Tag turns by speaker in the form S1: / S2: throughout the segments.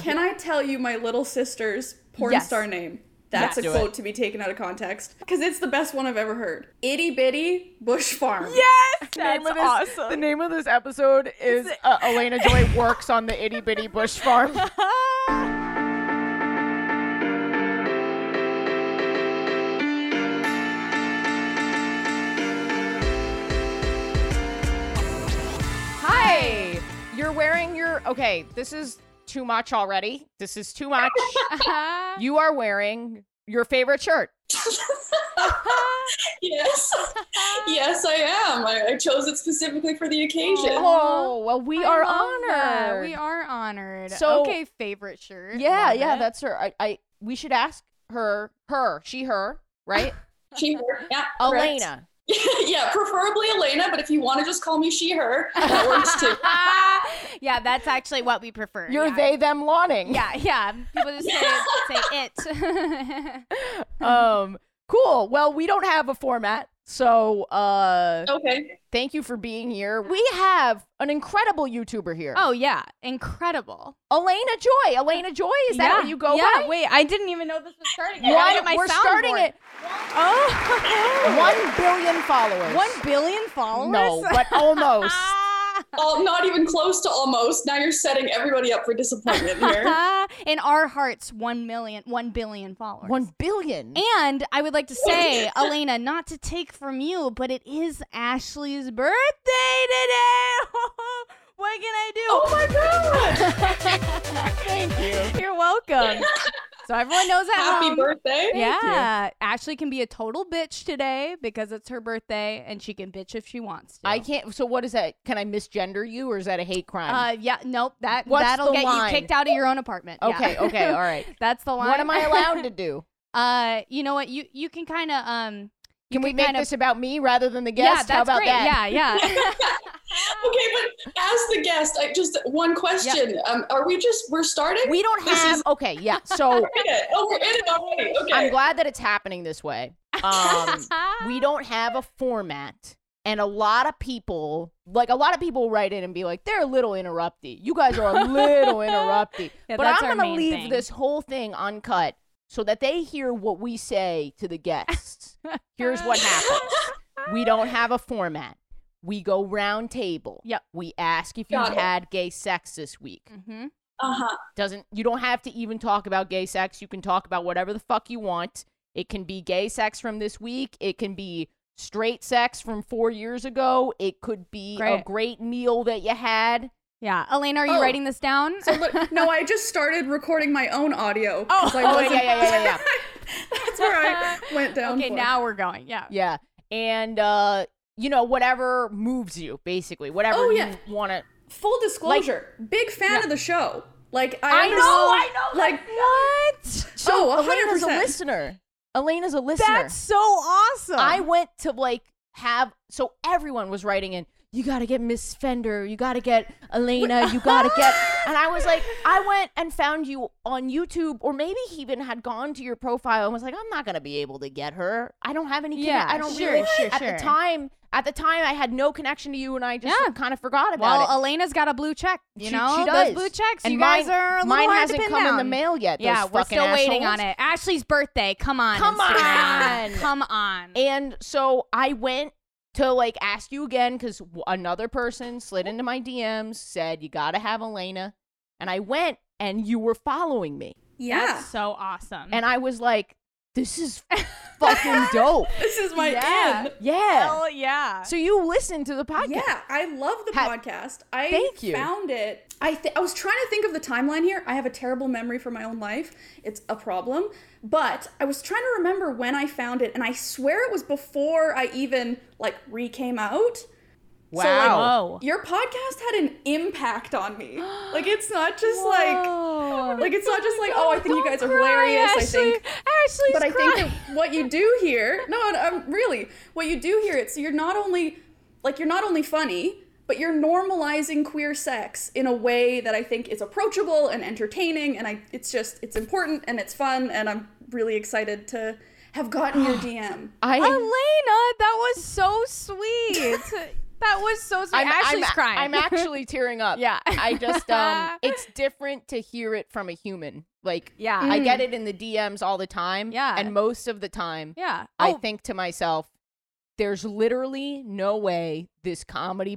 S1: Can I tell you my little sister's porn
S2: Yes.
S1: star name? That's
S3: Yeah,
S1: a
S3: do
S1: quote
S3: it.
S1: to be taken out of context because it's the best one I've ever heard. Itty bitty bush farm.
S2: Yes,
S3: The name
S2: that's
S3: of this-
S2: awesome.
S3: The name of this episode is uh, Elena Joy works on the itty bitty bush farm. Hi, you're wearing your. Okay, this is too much already. This is too much. you are wearing your favorite shirt.
S4: yes, yes, I am. I, I chose it specifically for the occasion.
S3: Oh, well, we
S2: I
S3: are
S2: love that.
S3: honored.
S2: We are honored.
S3: So-
S2: okay, favorite shirt.
S3: Yeah,
S2: Love
S3: yeah,
S2: it.
S3: that's her. I, I, we should ask her, her, she, her, right?
S4: She, her. Yeah, correct.
S3: Elena. Oh.
S4: yeah, preferably Elena, but if you want to just call me she, her, that works too.
S2: yeah, that's actually what we prefer.
S3: You're
S2: yeah.
S3: they, them, lawning.
S2: Yeah, yeah. People just say say it.
S3: um cool well we don't have a format so uh
S4: Okay.
S3: thank you for being here we have an incredible youtuber here
S2: oh yeah, incredible.
S3: elena joy elena joy is that
S2: yeah.
S3: what you go
S2: Yeah.
S3: by
S2: Wait, I didn't even know this was starting. I
S3: One-
S2: gotta get my
S3: we're starting
S2: soundboard.
S3: it one billion followers
S2: One billion followers.
S3: no but almost
S2: Ah.
S4: Oh, not even close to almost. Now you're setting everybody up for disappointment here.
S2: In our hearts, one million, one billion followers.
S3: one billion
S2: And I would like to say, Elena, not to take from you, but it is Ashley's birthday today. what can I do?
S4: oh my god!
S3: thank you
S2: You're welcome. so everyone knows that.
S4: Happy birthday.
S2: Yeah, Ashley can be a total bitch today because it's her birthday, and she can bitch if she wants to.
S3: i can't so what is that can i misgender you or is that a hate crime
S2: Uh, yeah, nope. That
S3: What's
S2: that'll
S3: the
S2: get
S3: line?
S2: you kicked out of your own apartment. Yeah.
S3: okay okay all right
S2: That's the line.
S3: what am i allowed to do
S2: uh, you know what? You you can kind of um. you
S3: can we make
S2: kinda-
S3: this about me rather than the
S2: Yeah,
S3: guest
S2: that's
S3: how about
S2: great.
S3: that
S2: Yeah, yeah.
S4: Okay, but as the guest, I just one question. Um, are we just we're starting?
S3: we don't
S4: This
S3: have
S4: is-
S3: okay yeah so
S4: We're in it. Oh, we're in it already. Okay.
S3: I'm glad that it's happening this way. Um, we don't have a format. And a lot of people, like a lot of people write in and be like, they're a little interrupty. You guys are a little interrupty.
S2: Yeah,
S3: but I'm
S2: that's our
S3: going to
S2: main
S3: leave
S2: thing.
S3: this whole thing uncut so that they hear what we say to the guests. Here's what happens we don't have a format. We go round table.
S2: Yep.
S3: We ask if you
S4: Got it.
S3: had gay sex this week
S2: hmm
S4: Uh huh.
S3: doesn't you don't have to even talk about gay sex you can talk about whatever the fuck you want it can be gay sex from this week it can be straight sex from four years ago it could be a
S2: Great.
S3: great meal that you had
S2: Yeah, Elena, are you
S1: Oh.
S2: writing this down?
S1: So, but, no, I just started recording my own audio. 'cause I
S3: oh yeah
S1: wasn't-
S3: yeah yeah yeah yeah,
S1: That's where I went down.
S2: okay,
S1: for.
S2: now we're going. Yeah.
S3: yeah. and uh you know whatever moves you basically whatever
S1: Oh, yeah.
S3: you want to
S1: Full disclosure, big fan
S3: Yeah.
S1: of the show. Like I,
S3: I know, I
S1: know. Like
S2: What?
S1: so, Oh, a hundred
S3: elena's a
S1: percent.
S3: listener elena's a listener
S2: That's so awesome.
S3: I went to like have so everyone was writing in. You gotta get Miss Fender. You gotta get Elena. You gotta get. And I was like, I went and found you on YouTube, or maybe he even had gone to your profile and was like, I'm not gonna be able to get her. I don't have any. conne-
S2: Yeah,
S3: I don't
S2: sure,
S3: really.
S2: sure,
S3: at
S2: sure.
S3: the time, at the time, I had no connection to you, and I just
S2: Yeah.
S3: kind of forgot about
S2: well,
S3: it.
S2: Elena's got a blue check. You
S3: She-
S2: know,
S3: she
S2: those
S3: does.
S2: blue checks.
S3: And
S2: you guys
S3: mine-
S2: are a little
S3: mine
S2: hard
S3: hasn't
S2: to pin
S3: come in
S2: down.
S3: the mail yet. those
S2: yeah, we're
S3: fucking
S2: still waiting
S3: assholes.
S2: on it. Ashley's birthday. Come on.
S3: Come
S2: Instagram.
S3: on.
S2: Come on.
S3: And so I went to like ask you again because another person slid into my DMs, said, You gotta have Elena. And I went and you were following me.
S1: yeah.
S2: That's so awesome.
S3: And I was like, This is fucking dope.
S1: this is my
S2: Yeah.
S1: end.
S3: Yeah.
S2: Hell yeah.
S3: So you listened to the podcast.
S1: Yeah, I love the
S3: Ha-
S1: podcast. I
S3: Thank you.
S1: found it. I th- I was trying to think of the timeline here. I have a terrible memory for my own life. It's a problem. But I was trying to remember when I found it, and I swear it was before I even like re came out.
S3: Wow. oh,
S2: Whoa.
S1: Your podcast had an impact on me. Like it's not just
S2: Whoa.
S1: like like it's not just like oh I think you
S2: Don't
S1: guys are
S2: cry,
S1: hilarious. I
S2: Ashley.
S1: think
S2: Ashley's
S1: but I
S2: crying.
S1: think that what you do here, no, and, um, really, what you do here, it's you're not only like you're not only funny, but you're normalizing queer sex in a way that I think is approachable and entertaining, and I it's just it's important and it's fun, and I'm really excited to have gotten your DM.
S3: I
S2: Elena, that was so sweet. That was so sweet.
S3: I'm,
S2: Ashley's
S3: I'm-
S2: crying.
S3: I'm actually tearing up.
S2: Yeah.
S3: I just um it's different to hear it from a human. Like
S2: Yeah.
S3: I get it in the DMs all the time.
S2: Mm. Yeah.
S3: And most of the time
S2: yeah.
S3: I
S2: Oh,
S3: think to myself, there's literally no way this comedy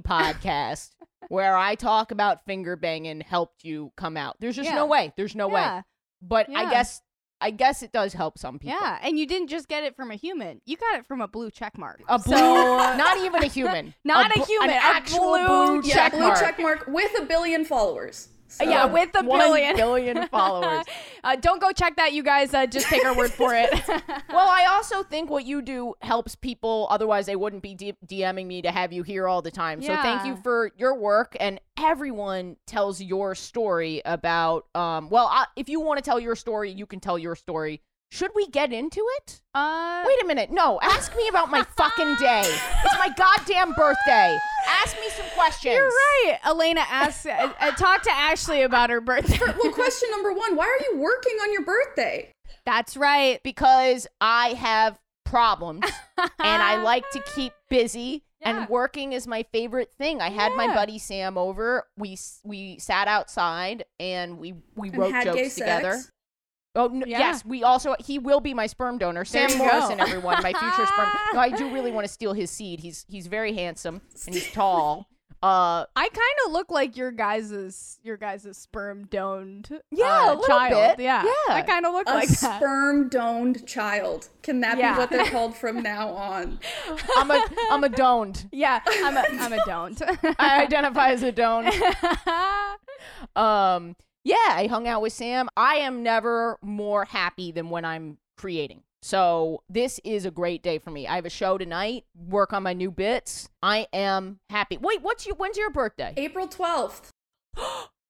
S3: podcast where I talk about finger banging helped you come out. There's just
S2: Yeah.
S3: no way. There's no
S2: yeah.
S3: way. But
S2: Yeah.
S3: I guess I guess it does help some people.
S2: Yeah, and you didn't just get it from a human. You got it from a blue check mark.
S3: A blue, not even a human.
S2: Not a
S3: bl-
S2: human,
S3: an
S2: a
S3: actual
S2: blue
S3: blue
S2: check
S1: yeah,
S2: Uh,
S3: check
S1: blue
S3: mark.
S1: check mark with a billion followers. So-
S2: yeah, with a
S3: One
S2: billion.
S3: billion followers.
S2: uh, don't go check that, you guys. Uh, just take our word for it.
S3: Well, I also think what you do helps people. Otherwise, they wouldn't be D- DMing me to have you here all the time. So thank you
S2: Yeah.
S3: for your work. And everyone tells your story about. Um, well, I, if you want to tell your story, you can tell your story. Should we get into it?
S2: uh,
S3: Wait a minute. No, ask me about my fucking day. It's my goddamn birthday. Ask me some questions.
S2: You're right. Elena asked, uh, uh, talk to Ashley about her birthday.
S1: Well, question number one: Why are you working on your birthday?
S2: That's right.
S3: because I have problems and I like to keep busy.
S2: Yeah.
S3: And working is my favorite thing. I had my
S2: Yeah.
S3: buddy Sam over. We s- we sat outside and we we
S1: And
S3: wrote
S1: had
S3: jokes
S1: gay
S3: together.
S1: sex.
S3: Oh no,
S2: Yeah.
S3: yes, we also he will be my sperm donor.
S2: There
S3: Sam
S2: you go.
S3: Morrison, everyone, my future sperm. No, I do really want to steal his seed. He's he's very handsome and he's tall. Uh,
S2: I kind of look like your guys's your guys's sperm doned
S3: Yeah,
S2: uh,
S3: a little
S2: child.
S3: bit.
S2: Yeah,
S3: Yeah.
S2: I kind of look
S1: A
S2: like that.
S1: sperm doned child. Can that
S2: Oh Yeah.
S1: be what they're called from now on?
S3: I'm a I'm a doned.
S2: Yeah, I'm a I'm a don't.
S3: I identify as a doned. um yeah i hung out with sam i am never more happy than when i'm creating so this is a great day for me i have a show tonight work on my new bits i am happy wait what's your when's your birthday
S1: April twelfth.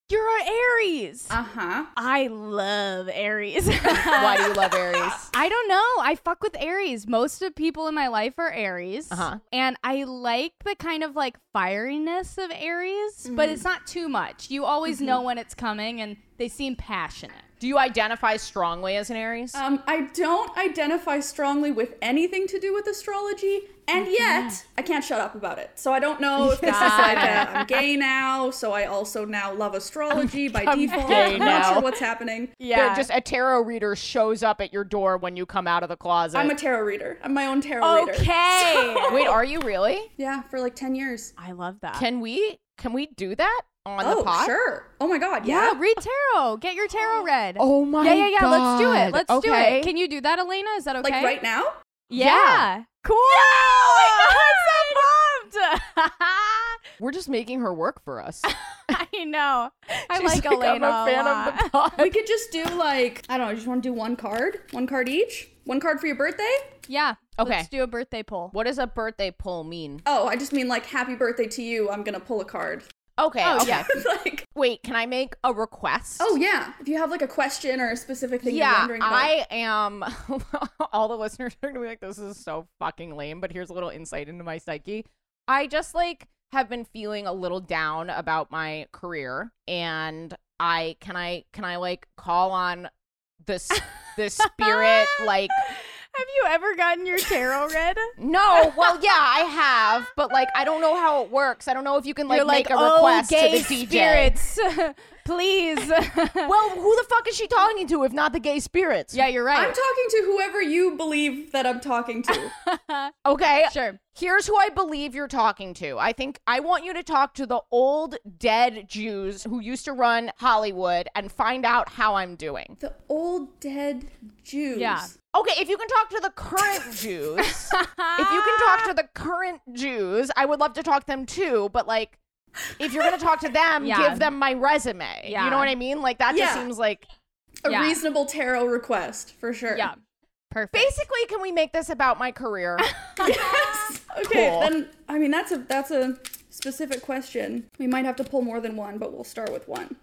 S2: You're an Aries.
S1: Uh huh.
S2: I love Aries.
S3: why do you love aries
S2: I don't know. I fuck with Aries. Most of people in my life are Aries.
S3: Uh-huh.
S2: And I like the kind of like fieriness of Aries, but it's not too much. You always know when it's coming and they seem passionate.
S3: do you identify strongly as an aries
S2: Uh,
S1: Um, I don't identify strongly with anything to do with astrology, and yet I can't shut up about it. So I don't know if this is like a, I'm gay now, so I also now love astrology by default.
S3: gay
S1: I'm
S3: now.
S1: not sure what's happening.
S3: They're just a tarot reader shows up at your door when you come out of the closet
S1: I'm a tarot reader. I'm my own tarot reader.
S2: okay.
S3: wait are you really
S1: Yeah, for like ten years.
S2: I love that.
S3: can we can we do that on the
S1: oh,
S3: pod
S1: sure. Oh my god, yeah.
S2: yeah, read tarot. Get your tarot read.
S3: oh my
S2: yeah, yeah, yeah. Let's do it.
S3: God.
S2: Let's do
S3: Okay.
S2: it. Can you do that, Elena? Is that okay?
S1: Like right now?
S2: Yeah. Cool. I'm so pumped.
S3: We're just making her work for us.
S2: I know. I
S3: She's
S2: like, Elena.
S3: I'm a fan
S2: a lot.
S3: of the pod.
S1: We could just do like I don't know, you just want to do one card? One card each? One card for your birthday?
S2: Yeah.
S3: Okay.
S2: Let's do a birthday poll.
S3: What does a birthday poll mean?
S1: Oh, I just mean like happy birthday to you. I'm gonna pull a card.
S3: Okay.
S2: Oh,
S3: okay.
S2: yeah.
S1: like
S3: Wait, can I make a request?
S1: Oh yeah, if you have like a question or a specific thing you're
S3: yeah.
S1: wondering about.
S3: I am. all the listeners are gonna be like, "This is so fucking lame." But here's a little insight into my psyche. I just like have been feeling a little down about my career, and I can I can I like call on this this spirit like
S2: Have you ever gotten your tarot read?
S3: No, well, yeah, I have, but like, I don't know how it works. I don't know if you can like,
S2: You're like,
S3: make a
S2: oh,
S3: request
S2: gay
S3: to the DJ.
S2: spirits, please.
S3: Well, who the fuck is she talking to if not the gay spirits?
S2: yeah, you're
S1: I'm
S2: right.
S1: talking to whoever you believe that I'm talking to.
S3: Okay.
S2: sure.
S3: Here's who I believe you're talking to. I think I want you to talk to the old dead Jews who used to run Hollywood and find out how I'm doing.
S1: the old dead Jews.
S2: Yeah.
S3: Okay, if you can talk to the current Jews, if you can talk to the current Jews, I would love to talk to them too, but like if you're going to talk to them,
S2: Yeah.
S3: give them my resume.
S2: Yeah.
S3: You know what I mean? Like that just
S1: Yeah.
S3: seems like
S1: A
S2: Yeah.
S1: reasonable tarot request for sure.
S2: Yeah. Perfect.
S3: basically can we make this about my career?
S1: Yes. Okay.
S3: Cool.
S1: Then I mean that's a that's a specific question. We might have to pull more than one, but we'll start with one.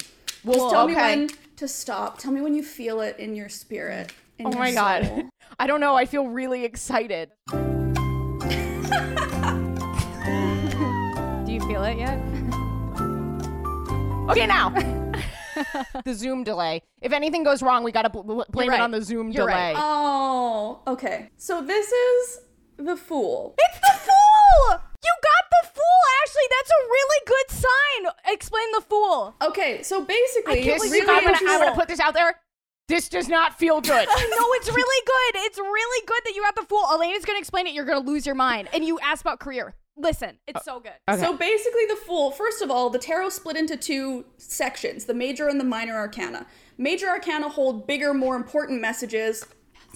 S3: Well,
S1: Just tell me when to stop. Tell me when you feel it in your spirit. in
S3: Oh
S1: your
S3: my god.
S1: soul.
S3: I don't know, I feel really excited.
S2: Do you feel it yet?
S3: Okay, now. the Zoom delay. If anything goes wrong, we got to bl- bl- blame
S2: You're
S3: it on
S2: right.
S3: the Zoom
S2: You're
S3: delay.
S2: right.
S1: Oh. Okay. So this is the fool.
S2: It's the fool! You got the fool, Ashley, that's a really good sign. Explain the fool.
S1: Okay, so basically,
S3: This
S1: really
S3: is- I'm, gonna, I'm
S1: interesting-
S3: gonna put this out there. This does not feel good.
S2: No, it's really good. It's really good that you got the fool. Elena's gonna explain it. You're gonna lose your mind. And you asked about career. Listen, it's so good.
S3: Okay.
S1: So basically, the Fool, first of all, the tarot split into two sections the major and the minor arcana. Major arcana hold bigger, more important messages.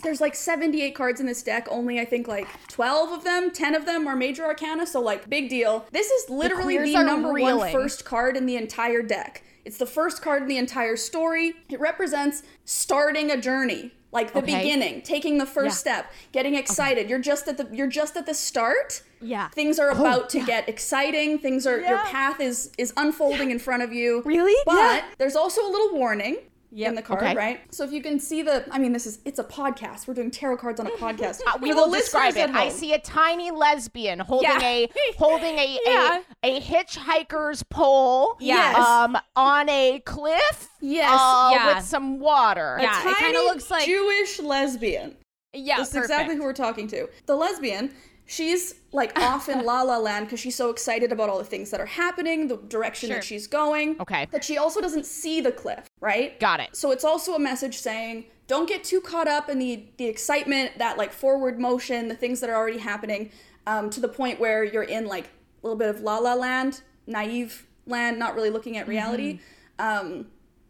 S1: There's like 78 cards in this deck, only I think like 12 of them, 10 of them are major arcana, so like big deal. This is literally
S2: queers
S1: the,
S2: are
S1: number one
S2: reeling.
S1: first card in the entire deck. It's the first card in the entire story. It represents starting a journey, like the
S3: Okay.
S1: beginning, taking the first step, getting excited. You're just at the you're just at the start
S2: Oh, Yeah.
S1: things are about to get exciting things are your path is is unfolding in front of you
S2: Really?
S1: but
S2: Yeah.
S1: there's also a little warning in the card
S3: Okay.
S1: right so if you can see the i mean this is it's a podcast we're doing tarot cards on a podcast
S3: Uh, we
S1: For
S3: will
S1: the
S3: describe
S1: listeners
S3: it.
S1: at
S3: I
S1: home.
S3: see a tiny lesbian holding
S2: Yeah.
S3: a holding a,
S2: Yeah.
S3: a a hitchhiker's pole.
S2: Yes.
S3: Um, on a cliff.
S1: Yes,
S3: uh,
S2: yeah.
S3: With some water.
S2: Yeah. it kinda
S1: Tiny
S2: looks like-
S1: jewish lesbian
S2: Yeah,
S1: This is exactly who we're talking to. The lesbian, she's like off in La La Land because she's so excited about all the things that are happening, the direction
S2: Sure.
S1: that she's going.
S3: Okay.
S1: That she also doesn't see the cliff, right?
S3: Got it.
S1: So it's also a message saying don't get too caught up in the the excitement, that like forward motion, the things that are already happening, um, to the point where you're in like a little bit of La La Land, naive land, not really looking at
S3: Mm-hmm.
S1: reality. Um,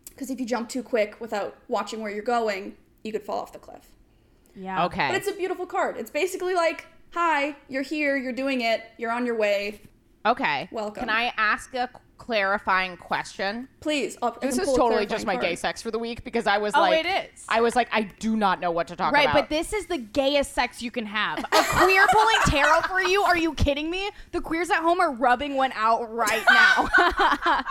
S1: because if you jump too quick without watching where you're going, you could fall off the cliff.
S2: Yeah.
S3: Okay.
S1: But it's a beautiful card. It's basically like, hi, you're here, you're doing it, you're on your way.
S3: okay.
S1: Welcome.
S3: Can I ask a clarifying question?
S1: Please. oh, Up,
S3: This is totally just my gay sex for the week because I was like,
S2: it is.
S3: I was like, I do not know what to talk
S2: Right,
S3: about.
S2: but this is the gayest sex you can have. A queer pulling tarot for you? Are you kidding me? The queers at home are rubbing one out right now.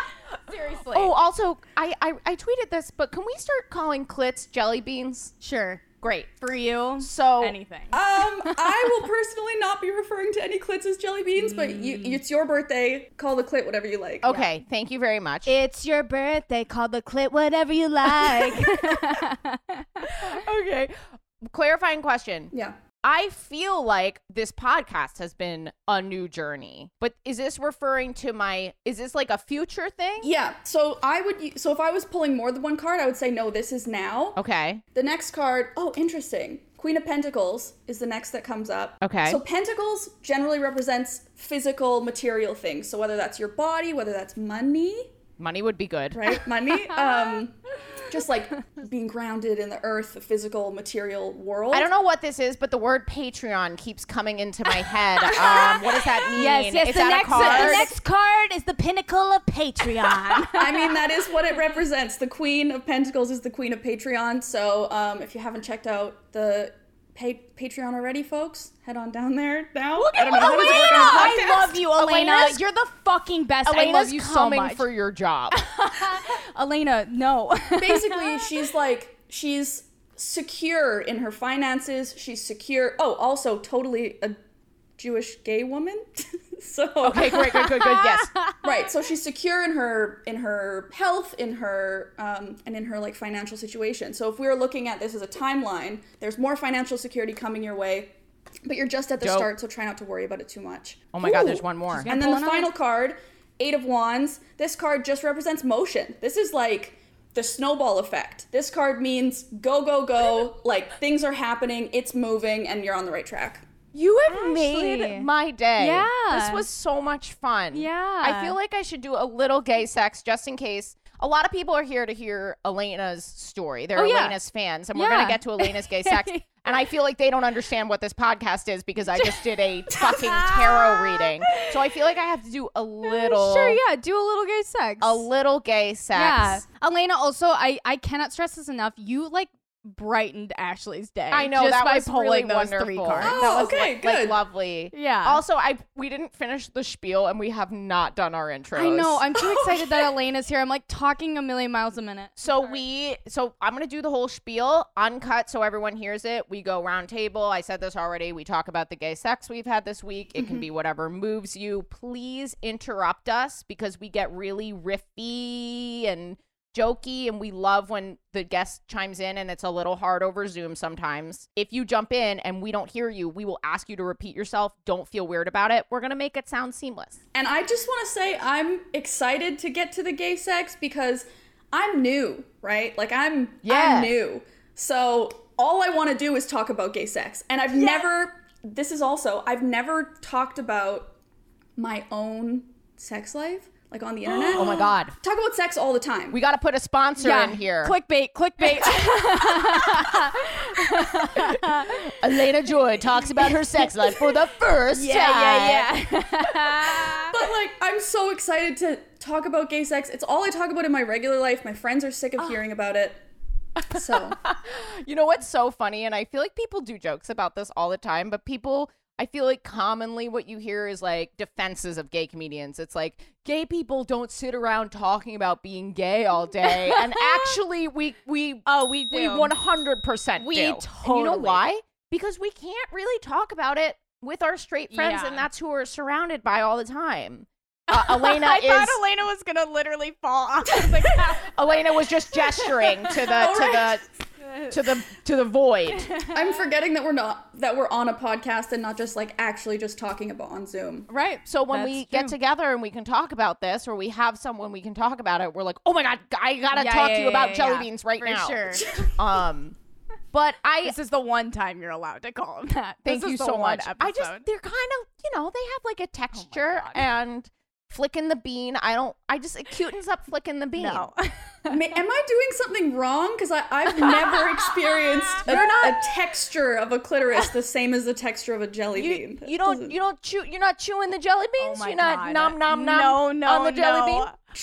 S2: Seriously.
S3: Oh, also, I, I I tweeted this, but can we start calling clits jelly beans?
S2: sure.
S3: Great.
S2: For you,
S3: So
S2: anything.
S1: Um, I will personally not be referring to any clits as jelly beans, but you, it's your birthday. Call the clit whatever you like.
S3: Mm. Okay, thank you very much.
S2: It's your birthday. Call the clit whatever you like.
S3: okay. Clarifying question.
S1: Yeah.
S3: I feel like this podcast has been a new journey, but is this referring to my? Is this like a future thing?
S1: Yeah. So I would. u- So if I was pulling more than one card, I would say no. This is now.
S3: Okay.
S1: The next card, oh, interesting. Queen of Pentacles is the next that comes up.
S3: Okay.
S1: So pentacles generally represents physical, material things. So whether that's your body, whether that's money,
S3: Money would be good.
S1: right? Money, um, just like being grounded in the earth, the physical, material world.
S3: I don't know what this is, but the word Patreon keeps coming into my head. Um, what does that mean?
S2: yes, yes.
S3: Is
S2: The
S3: that
S2: next,
S3: a card?
S2: the next card is the pinnacle of Patreon.
S1: I mean, that is what it represents. The Queen of Pentacles is the Queen of Patreon. So um, if you haven't checked out the pa- Patreon already, folks, head on down there now. I don't know how does it work on a
S2: I
S1: podcast?
S2: love you, Elena.
S3: Elena's-
S2: You're the fucking best. I love
S3: Elena's
S2: you so
S3: coming
S2: much.
S3: for your job.
S2: Elena, no.
S1: basically she's like she's secure in her finances she's secure oh also totally a jewish gay woman so
S3: okay, great, good, good, good. Yes.
S1: right
S3: Oh,
S1: so she's secure in her in her health in her um, and in her like financial situation so if we were looking at this as a timeline there's more financial security coming your way but you're just at the
S3: Dope.
S1: start so try not to worry about it too much
S3: Oh my God, there's one more.
S1: and then the
S2: Pulling on
S1: final card, Eight of Wands. This card just represents motion. This is like the snowball effect. This card means go, go, go. like things are happening, it's moving, and you're on the right track.
S3: You have
S2: Ashley.
S3: made my day.
S2: Yeah.
S3: This was so much fun.
S2: Yeah.
S3: I feel like I should do a little gay sex just in case. A lot of people are here to hear Elena's story. They're
S2: Oh, yeah.
S3: Elena's fans, and we're going
S2: Yeah.
S3: to get to Elena's gay sex. And I feel like they don't understand what this podcast is because I just did a fucking tarot reading. So I feel like I have to do a little,
S2: Sure, yeah, do a little gay sex.
S3: a little gay
S2: yeah.
S3: sex.
S2: Elena, also, I, I cannot stress this enough. You, like, brightened Ashley's day.
S3: I know
S2: just
S3: that
S2: by
S3: was
S2: pulling
S3: really
S2: those
S3: wonderful.
S2: three cards.
S1: Oh,
S3: that was
S1: okay,
S3: like, like,
S1: good.
S3: lovely.
S2: Yeah.
S3: Also, I we didn't finish the spiel, and we have not done our intros.
S2: I know. I'm too excited that Elena's here. I'm like talking a million miles a minute.
S3: So we, so I'm gonna do the whole spiel uncut, so everyone hears it. We go round table. I said this already. We talk about the gay sex we've had this week. It can be whatever moves you. Please interrupt us because we get really riffy and jokey and we love when the guest chimes in and it's a little hard over Zoom sometimes. If you jump in and we don't hear you, we will ask you to repeat yourself. Don't feel weird about it. We're going to make it sound seamless.
S1: And I just want to say I'm excited to get to the gay sex because I'm new, right? Like I'm I'm
S3: Yeah.
S1: new. So all I want to do is talk about gay sex. And I've never this is also I've never talked about my own sex life like on the internet.
S3: Oh my god.
S1: Talk about sex all the time.
S3: We got to put a sponsor in here.
S2: Clickbait, clickbait.
S3: Elena Joy talks about her sex life for the first
S2: yeah, yeah, yeah.
S1: but like I'm so excited to talk about gay sex. It's all I talk about in my regular life. My friends are sick of
S3: Ah.
S1: hearing about it. So
S3: You know what's so funny? And I feel like people do jokes about this all the time, but people, I feel like commonly what you hear is like defenses of gay comedians. It's like gay people don't sit around talking about being gay all day. and actually, we, we,
S2: Oh, we
S3: we
S2: do.
S3: 100%
S2: We
S3: do. And you know
S2: totally-
S3: why? Because we can't really talk about it with our straight friends,
S2: Yeah.
S3: and that's who we're surrounded by all the time. Uh, Elena
S2: I
S3: is.
S2: thought Elena was gonna literally fall off the couch.
S3: Elena was just gesturing to the to the to the to the void.
S1: I'm forgetting that we're not that we're on a podcast and not just like actually just talking about on Zoom.
S2: Right.
S3: So when
S2: That's
S3: we get
S2: true.
S3: together and we can talk about this, or we have someone we can talk about it, we're like, oh my god, I gotta
S2: Yeah,
S3: talk
S2: yeah,
S3: to you
S2: yeah,
S3: about
S2: yeah,
S3: jelly
S2: yeah.
S3: beans right
S2: For
S3: now.
S2: sure.
S3: Um, but I
S2: this is the one time you're allowed to call him that.
S3: thank
S2: This
S3: you
S2: is the
S3: so
S2: one
S3: much. I just
S2: episode. Oh
S3: they're kind of you know they have like a texture
S2: God.
S3: and flicking the bean. I don't. I just it cutens up flicking the bean.
S2: no. Oh
S1: Ma- Am I doing something wrong? Because I've never experienced a, a texture of a clitoris the same as the texture of a jelly
S3: You,
S1: bean.
S3: you
S1: That
S3: don't
S1: doesn't-
S3: you don't chew you're not chewing the jelly beans
S2: Oh my
S3: you're not
S2: God.
S3: nom nom nom
S2: no, no,
S3: on the jelly
S2: no.
S3: bean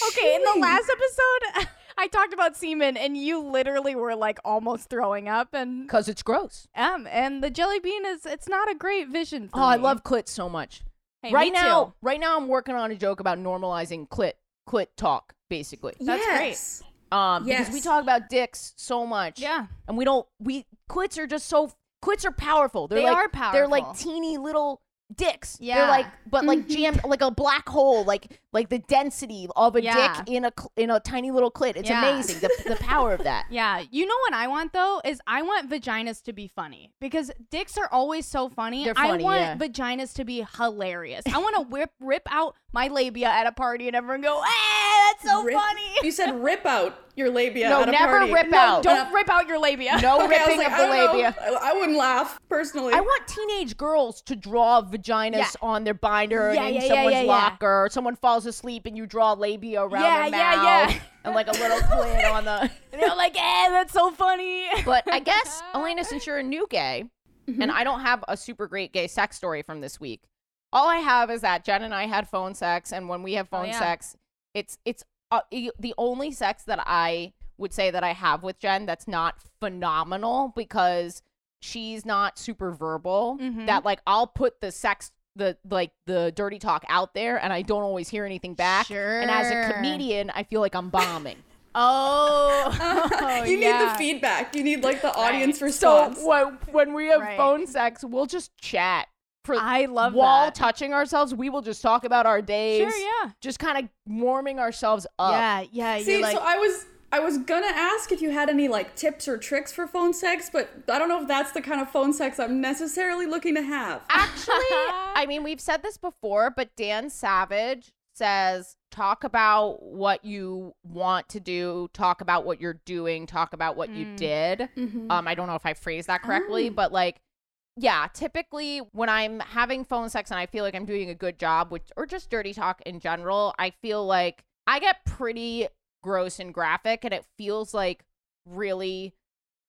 S2: Okay, in the
S1: Chewing.
S2: last episode, I talked about semen, and you literally were like almost throwing up, and
S3: because it's gross.
S2: um, and the jelly bean is it's not a great vision. For
S3: Oh, I
S2: me.
S3: love clit so much.
S2: Hey,
S3: right
S2: me
S3: now,
S2: too.
S3: right now, I'm working on a joke about normalizing clit clit talk, basically.
S2: That's great.
S1: Yes.
S3: Um, because we
S1: Yes.
S3: talk about dicks so much,
S2: Yeah.
S3: and we don't. We clits are just so clits are powerful. They're
S2: They
S3: like,
S2: are
S3: They're like
S2: powerful.
S3: teeny little dicks. they're
S2: Yeah. Mm-hmm.
S3: like, but like jammed like a black hole, like like the density of a
S2: Yeah.
S3: dick in a cl- in a tiny little clit. It's
S2: Yeah.
S3: amazing the the power of that.
S2: Yeah, you know what I want though is I want vaginas to be funny because dicks are always so funny.
S3: They're funny,
S2: I want
S3: yeah.
S2: vaginas to be hilarious. I want to whip rip out my labia at a party and everyone go, "Ah, that's so
S1: Rip-
S2: funny."
S1: You said rip out your labia.
S3: No,
S1: at a
S3: never
S1: party.
S3: rip
S1: No,
S3: out.
S2: Don't rip out your labia.
S3: No
S1: Okay, I was
S3: ripping
S1: like,
S3: of
S1: I
S3: the
S1: don't know.
S3: labia.
S1: I, I wouldn't laugh personally.
S3: I want teenage girls to draw vaginas
S2: Yeah.
S3: on their binder
S2: Yeah,
S3: and in
S2: yeah, yeah,
S3: someone's
S2: yeah, yeah.
S3: locker. Or someone falls asleep and you draw labia around
S2: Yeah,
S3: their
S2: yeah,
S3: mouth
S2: yeah.
S3: and like a little clit on the.
S2: And they're like, "Eh, that's so funny."
S3: But I guess Elena, since you're a new gay,
S2: Mm-hmm.
S3: and I don't have a super great gay sex story from this week, all I have is that Jen and I had phone sex, and when we have phone
S2: Oh, yeah.
S3: sex, it's it's uh, y- the only sex that I would say that I have with Jen that's not phenomenal because she's not super verbal
S2: Mhm.
S3: that like I'll put the sex the like the dirty talk out there and I don't always hear anything back. And as a
S2: Sure.
S3: comedian, I feel like I'm bombing.
S2: oh,
S1: you need the feedback. You need like the audience
S3: so
S1: response.
S3: when, when we have
S2: Right.
S3: phone sex, we'll just chat for
S2: I love
S3: while
S2: that.
S3: touching ourselves. We will just talk about our days.
S2: yeah.
S3: Just kind of warming ourselves up.
S2: yeah, yeah.
S1: See,
S2: you're like,
S1: so I was I was gonna ask if you had any like tips or tricks for phone sex, but I don't know if that's the kind of phone sex I'm necessarily looking to have.
S3: Actually, I mean, we've said this before, but Dan Savage says talk about what you want to do, talk about what you're doing, talk about what
S2: Mm.
S3: you did.
S2: Mm-hmm.
S3: Um, I don't know if I phrased that correctly,
S2: Oh.
S3: but like, yeah, typically when I'm having phone sex and I feel like I'm doing a good job, which or just dirty talk in general, I feel like I get pretty gross and graphic, and it feels like really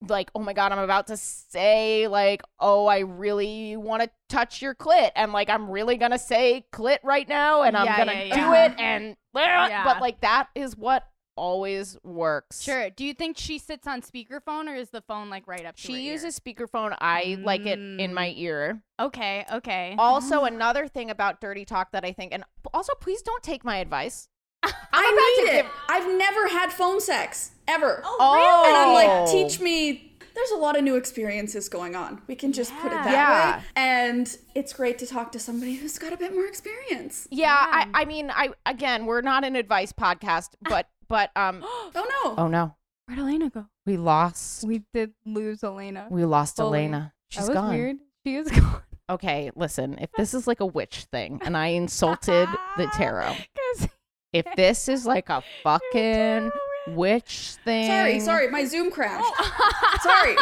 S3: like oh my god i'm about to say like oh i really want to touch your clit and like i'm really gonna say clit right now and i'm
S2: Yeah,
S3: gonna
S2: yeah,
S3: do
S2: yeah.
S3: it and
S2: Yeah.
S3: but like that is what always works
S2: sure. Do you think she sits on speakerphone or is the phone like right up? to her
S3: she
S2: ear?
S3: uses speakerphone i like it in my
S1: Mm.
S3: ear
S2: Okay, okay.
S3: also another thing about dirty talk that i think and also please don't take my advice
S1: I
S3: about
S1: need
S3: to
S1: it.
S3: give-
S1: I've never had phone sex ever.
S3: oh
S1: And I'm like, teach me. There's a lot of new experiences going on. We can just put it that
S3: Yeah.
S1: way. And it's great to talk to somebody who's got a bit more experience.
S3: Yeah, I, I mean, I again, we're not an advice podcast, but But um,
S1: Oh no.
S3: oh no,
S2: Where'd Elena go?
S3: we lost.
S2: We did lose Elena.
S3: We lost
S2: Fully.
S3: Elena. She's
S2: that was
S3: gone.
S2: weird. She is gone.
S3: Okay, listen. If this is like a witch thing, and I insulted the tarot,
S2: 'Cause
S3: if this is like a fucking witch thing,
S1: Sorry, sorry, my Zoom crashed.
S2: Sorry.
S3: Oh.
S1: Sorry.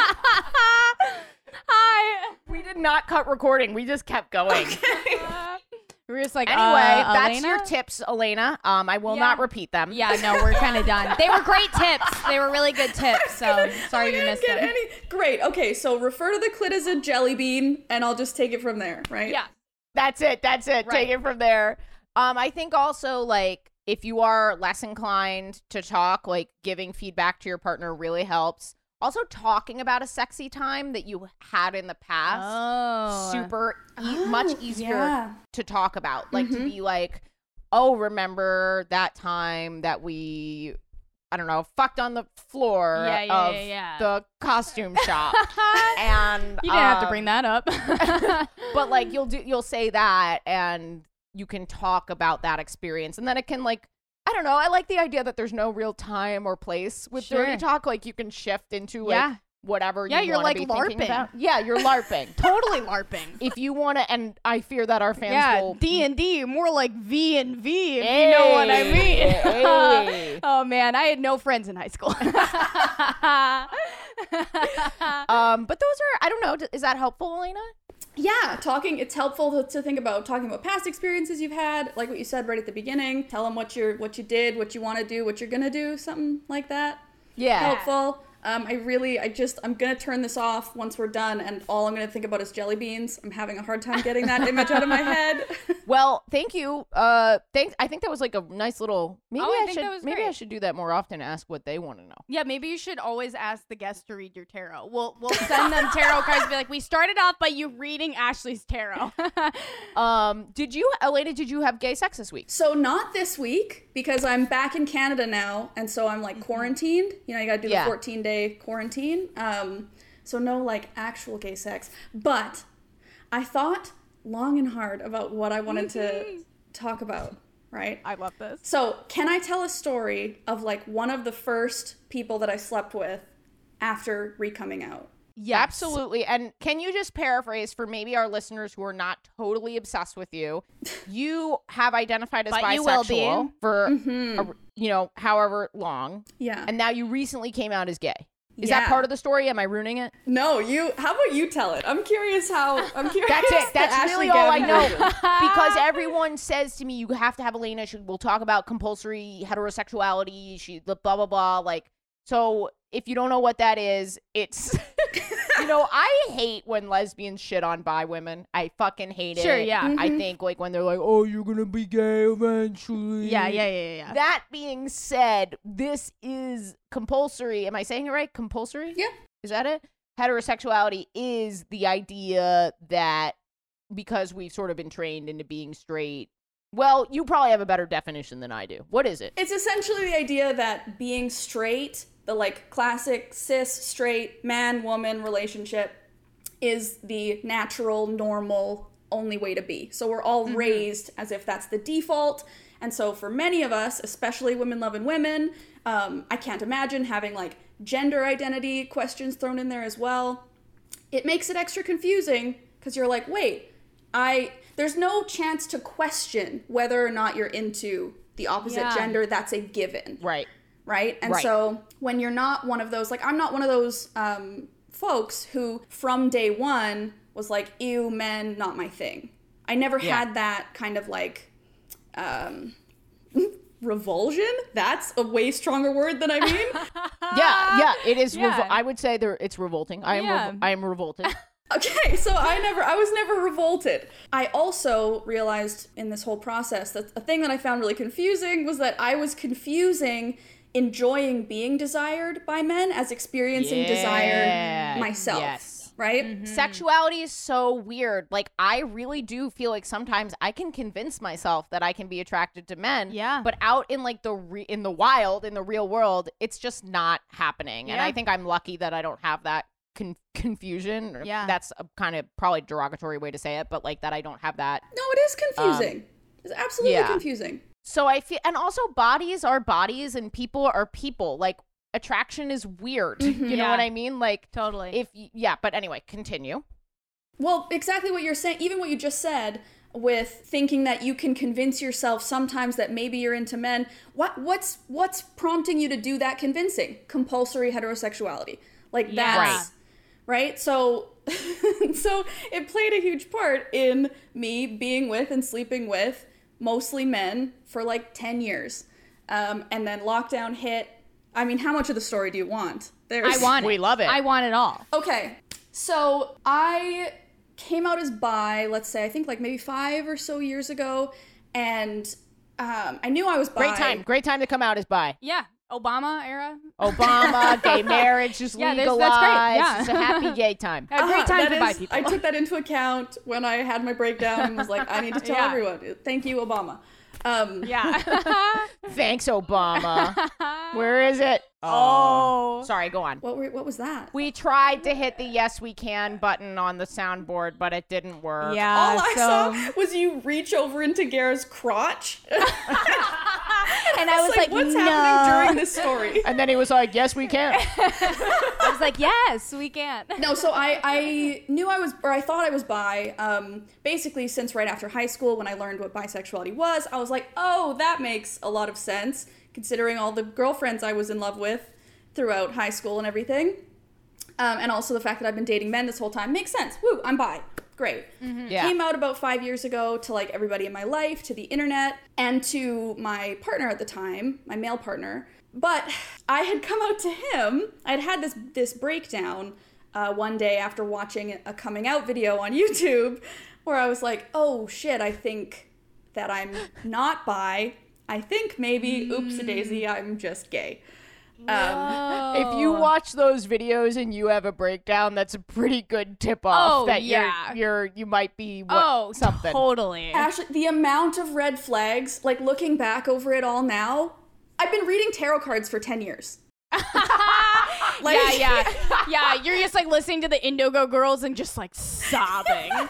S2: Hi.
S3: We did not cut recording. We just kept going.
S2: Uh, we were just like,
S3: Anyway,
S2: uh,
S3: that's
S2: Elena?
S3: your tips, Elena. Um, I will
S2: Yeah.
S3: not repeat them.
S2: Yeah, no, we're kind of done. They were great tips. They were really good tips. So sorry you
S1: I
S2: missed
S1: didn't get
S2: them.
S1: any. Great. Okay, so refer to the clit as a jelly bean, and I'll just take it from there, right?
S2: Yeah.
S3: That's it. That's it. Take
S2: Right.
S3: it from there. Um, I think also like if you are less inclined to talk, like giving feedback to your partner really helps. Also, talking about a sexy time that you had in the past,
S2: Oh,
S3: super e- much easier
S1: yeah.
S3: to talk about. Like
S2: Mm-hmm.
S3: to be like, oh, remember that time that we, I don't know, fucked on the floor
S2: Yeah, yeah,
S3: of
S2: yeah, yeah.
S3: the costume shop, and
S2: You didn't have to
S3: um,
S2: bring that up.
S3: but like you'll do you'll say that and you can talk about that experience and then it can like i don't know i like the idea that there's no real time or place with dirty
S2: Sure.
S3: talk like you can shift into like
S2: Yeah.
S3: whatever
S2: Yeah,
S3: you
S2: you're,
S3: wanna
S2: like,
S3: be thinking
S2: LARPing.
S3: about. yeah you're larping
S2: totally larping.
S3: if you want to and i fear that our fans
S2: Yeah,
S3: will
S2: D and D, more like V and V, if you know what I mean.
S3: Hey, hey.
S2: oh man, I had no friends in high school.
S3: um but those are i don't know d- is that helpful elena
S1: Yeah, talking, it's helpful to, to think about talking about past experiences you've had, like what you said right at the beginning. Tell them what you're what you did, what you want to do, what you're going to do, something like that.
S3: yeah
S1: helpful. Um, I really, I just, I'm gonna turn this off once we're done, and all I'm gonna think about is jelly beans. I'm having a hard time getting that image out of my head.
S3: Well, thank you. Uh, thanks. I think that was like a nice little. Maybe
S2: Oh, I
S3: I,
S2: think
S3: should.
S2: that was
S3: maybe I
S2: great.
S3: should do that more often. and Ask what they want to know.
S2: yeah, maybe you should always ask the guests to read your tarot. We'll we'll send them tarot cards. And be like, we started off by you reading Ashley's tarot.
S3: Um, did you, Elena? Did you have gay sex this week?
S1: so not this week because I'm back in Canada now, and so I'm like quarantined. You know, you gotta do
S3: Mm-hmm. Yeah.
S1: the 14 day quarantine. Um, so no like actual gay sex, but I thought long and hard about what I wanted
S3: Mm-hmm.
S1: to talk about. Right.
S2: I love this.
S1: So, can I tell a story of like one of the first people that I slept with after re coming out?
S2: Yeah,
S3: Absolutely. And can you just paraphrase for maybe our listeners who are not totally obsessed with you? You have identified as
S2: But
S3: bisexual
S2: you will be. Mm-hmm.
S3: for a- you know however long,
S1: Yeah.
S3: and now you recently came out as gay. Is that
S1: Yeah.
S3: part of the story? Am I ruining it?
S1: no, you. How about you tell it? I'm curious how. I'm curious.
S3: That's it.
S1: the
S3: That's
S1: Ashley
S3: really all I
S1: Gavin
S3: know.
S1: version.
S3: because everyone says to me, you have to have Elena. She will talk about compulsory heterosexuality. She the blah blah blah. Like so, if you don't know what that is, it's you know I hate when lesbians shit on bi women. I fucking hate it.
S2: Sure, yeah.
S3: I
S1: Mm-hmm.
S3: think like when they're like, oh, you're gonna be gay eventually.
S2: Yeah, yeah, yeah, yeah.
S3: That being said, this is compulsory. Am I saying it right? Compulsory?
S1: Yeah.
S3: Is that it? Heterosexuality is the idea that because we've sort of been trained into being straight, well, you probably have a better definition than I do. What is it?
S1: It's essentially the idea that being straight, the like classic cis straight man woman relationship, is the natural, normal, only way to be. So we're all raised as if that's the default. And so for many of us, especially women loving women, um, I can't imagine having like gender identity questions thrown in there as well. It makes it extra confusing because you're like, wait, I there's no chance to question whether or not you're into the opposite
S2: Yeah.
S1: gender. That's a given
S3: Right.
S1: right? And
S3: Right.
S1: so when you're not one of those, like I'm not one of those um, folks who from day one was like, ew, men, not my thing. I never
S3: Yeah.
S1: had that kind of like um, revulsion. That's a way stronger word than I mean.
S3: Yeah, yeah, it is. revol
S2: yeah.
S3: I would say there. It's revolting. I am. revol-
S2: Yeah.
S3: I am revolted.
S1: Okay, so I never, I was never revolted. I also realized in this whole process that a thing that I found really confusing was that I was confusing enjoying being desired by men as experiencing
S3: Yeah,
S1: desire myself.
S3: yes. Mm-hmm.
S1: Right?
S2: Mm-hmm. Mm.
S3: Sexuality is so weird. Like I really do feel like sometimes I can convince myself that I can be attracted to men.
S2: Yeah.
S3: But out in like the re- in the wild, in the real world, it's just not happening. And
S2: Yeah.
S3: I think I'm lucky that I don't have that con- confusion. or-
S2: Yeah.
S3: That's a kind of probably derogatory way to say it, but like that I don't have that.
S1: No, it is confusing. it's absolutely
S3: Um, yeah.
S1: confusing.
S3: So I feel, and also bodies are bodies and people are people. Like attraction is weird. You know
S2: Mm-hmm. Yeah.
S3: what I mean? Like
S2: Totally.
S3: if y- yeah, but anyway, continue.
S1: Well, exactly what you're saying, even what you just said with thinking that you can convince yourself sometimes that maybe you're into men. What what's what's prompting you to do that convincing? Compulsory heterosexuality. Like
S2: Yeah.
S1: that's right. So so it played a huge part in me being with and sleeping with mostly men for like 10 years. Um, and then lockdown hit. I mean, how much of the story do you want? There's
S2: I want it.
S3: We love it.
S2: I want it all.
S1: Okay. So I came out as bi, let's say, I think like maybe five or so years ago. And um, I knew I was bi.
S3: Great time. Great time to come out is by
S2: Yeah. Obama era.
S3: Obama, gay marriage is
S2: Yeah, there's-
S3: legalized.
S2: that's great. Yeah.
S3: It's a happy gay time.
S2: A great
S1: Uh-huh,
S2: time
S1: that
S2: to buy
S1: is-
S2: people.
S1: I took that into account when I had my breakdown and was like, I need to tell
S2: Yeah.
S1: everyone. Thank you, Obama. Um,
S2: yeah.
S3: Thanks, Obama. Where is it?
S2: oh.
S3: Sorry, go on.
S1: What, were, what was that?
S3: We tried to hit the yes we can button on the soundboard, but it didn't work.
S2: Yeah.
S1: All I
S2: Uh, so,
S1: saw was you reach over into Gara's crotch. and
S2: and I was like,
S1: what's
S2: no.
S1: happening during this story?
S3: And then he was like, "Yes, we can."
S2: I was like, yes, we can.
S1: no, so I, I knew I was, or I thought I was bi. Um, basically, since right after high school, when I learned what bisexuality was, I was like, oh, that makes a lot of sense, considering all the girlfriends I was in love with throughout high school and everything. Um, and also the fact that I've been dating men this whole time makes sense. Woo, I'm bi. Great.
S3: Yeah.
S1: Came out about five years ago to like everybody in my life, to the internet, and to my partner at the time, my male partner. But I had come out to him. I'd had this this breakdown uh, one day after watching a coming out video on YouTube, where I was like, "Oh shit, I think that I'm not bi. I think maybe, oops, a daisy, I'm just gay." Um,
S2: Oh.
S3: If you watch those videos and you have a breakdown, that's a pretty good tip off
S2: Oh,
S3: that you're-
S2: yeah.
S3: you're you might be what,
S2: oh,
S3: something.
S2: Totally.
S1: Ashley, the amount of red flags, like looking back over it all now, I've been reading tarot cards for 10 years. like,
S2: yeah, yeah, yeah. You're just like listening to the Indigo Girls and just like sobbing.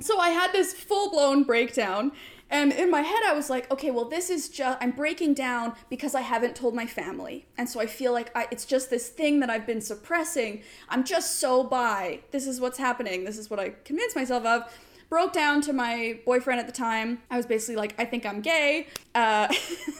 S1: So I had this full blown breakdown. And in my head, I was like, okay, well, this is just, I'm breaking down because I haven't told my family. And so I feel like I, it's just this thing that I've been suppressing. I'm just so by. This is what's happening. This is what I convinced myself of. Broke down to my boyfriend at the time. I was basically like, I think I'm gay. Uh,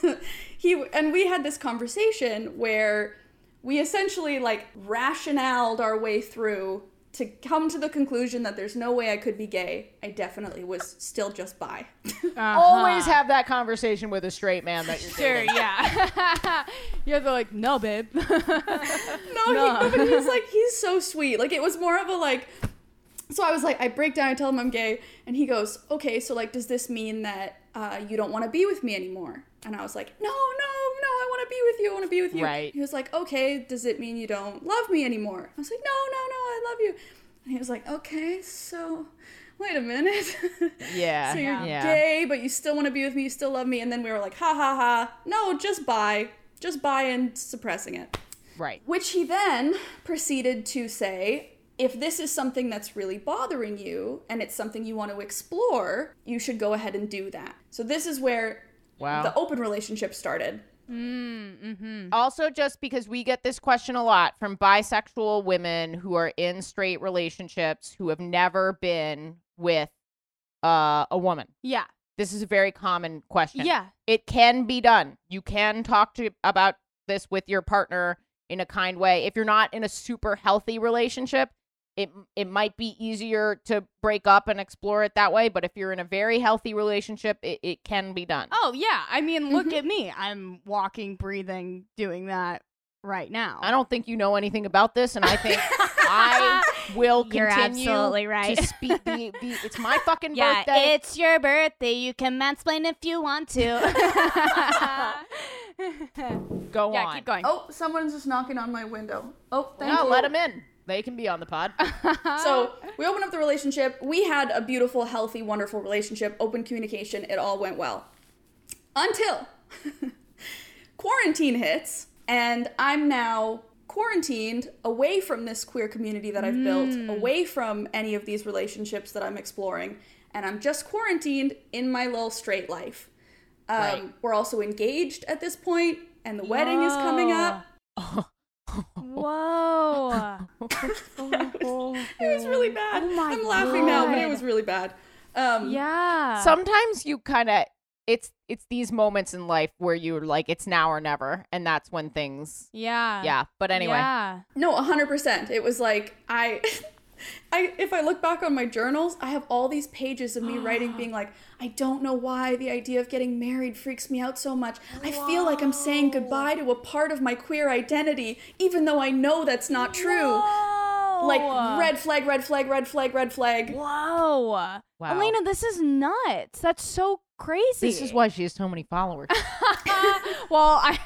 S1: he and we had this conversation where we essentially like rationaled our way through to come to the conclusion that there's no way I could be gay. I definitely was still just bi.
S3: Always
S2: Uh-huh.
S3: have that conversation with a straight man that you're
S2: Sure, yeah. You're the, like, no, babe.
S1: no, He, but he's like he's so sweet. Like it was more of a like. So I was like, I break down, I tell him I'm gay, and he goes, okay, so like, does this mean that uh, you don't want to be with me anymore? And I was like, no, no, no, I want to be with you, I want to be with you.
S3: Right.
S1: He was like, okay, does it mean you don't love me anymore? I was like, no, no, no, I love you. And he was like, okay, so wait a minute.
S3: Yeah,
S1: so you're
S3: yeah.
S1: gay, but you still want to be with me, you still love me. And then we were like, ha ha ha, no, just bi, just bi and suppressing it.
S3: Right.
S1: Which he then proceeded to say, if this is something that's really bothering you and it's something you want to explore, you should go ahead and do that. So this is where
S3: Wow.
S1: the open relationship started.
S3: also just because we get this question a lot from bisexual women who are in straight relationships who have never been with uh, a woman
S2: yeah.
S3: this is a very common question
S2: Yeah.
S3: it can be done you can talk to about this with your partner in a kind way if you're not in a super healthy relationship it it might be easier to break up and explore it that way but if you're in a very healthy relationship it, it can be done
S2: Oh, yeah. I mean, look
S3: Mm-hmm.
S2: at me. I'm walking, breathing, doing that right now.
S3: I don't think you know anything about this, and I think I will
S2: You're
S3: continue.
S2: absolutely right.
S3: To speak the, the, it's my fucking
S2: yeah,
S3: birthday.
S2: it's your birthday. You can mansplain if you want to. yeah,
S3: Go on.
S2: keep going.
S1: Oh, someone's just knocking on my window. Oh, thank
S3: No,
S1: you.
S3: let them in. They can be on the pod.
S2: Uh-huh.
S1: So
S2: Ah.
S1: we opened up the relationship. We had a beautiful, healthy, wonderful relationship, open communication. It all went well. Until quarantine hits, and I'm now quarantined away from this queer community that I've
S2: Hmm.
S1: built, away from any of these relationships that I'm exploring, and I'm just quarantined in my little straight life. Um,
S3: Right.
S1: We're also engaged at this point, and the wedding is coming up.
S2: Whoa.
S1: It was really bad.
S2: Oh my
S1: I'm laughing now, but it
S2: God.
S1: was really bad. Um,
S2: yeah.
S3: Sometimes you kind of it's it's these moments in life where you're like it's now or never, and that's when things.
S2: yeah.
S3: Yeah, but anyway.
S2: Uh, Yeah.
S1: No, 100%. It was like I I if I look back on my journals, I have all these pages of me writing being like, I don't know why the idea of getting married freaks me out so much. I feel like I'm saying goodbye to a part of my queer identity even though I know that's not true. Like red flag, red flag, red flag, red flag.
S2: Whoa.
S3: Wow.
S2: Elena, this is nuts. That's so crazy.
S3: This is why she has so many followers.
S2: Well, I.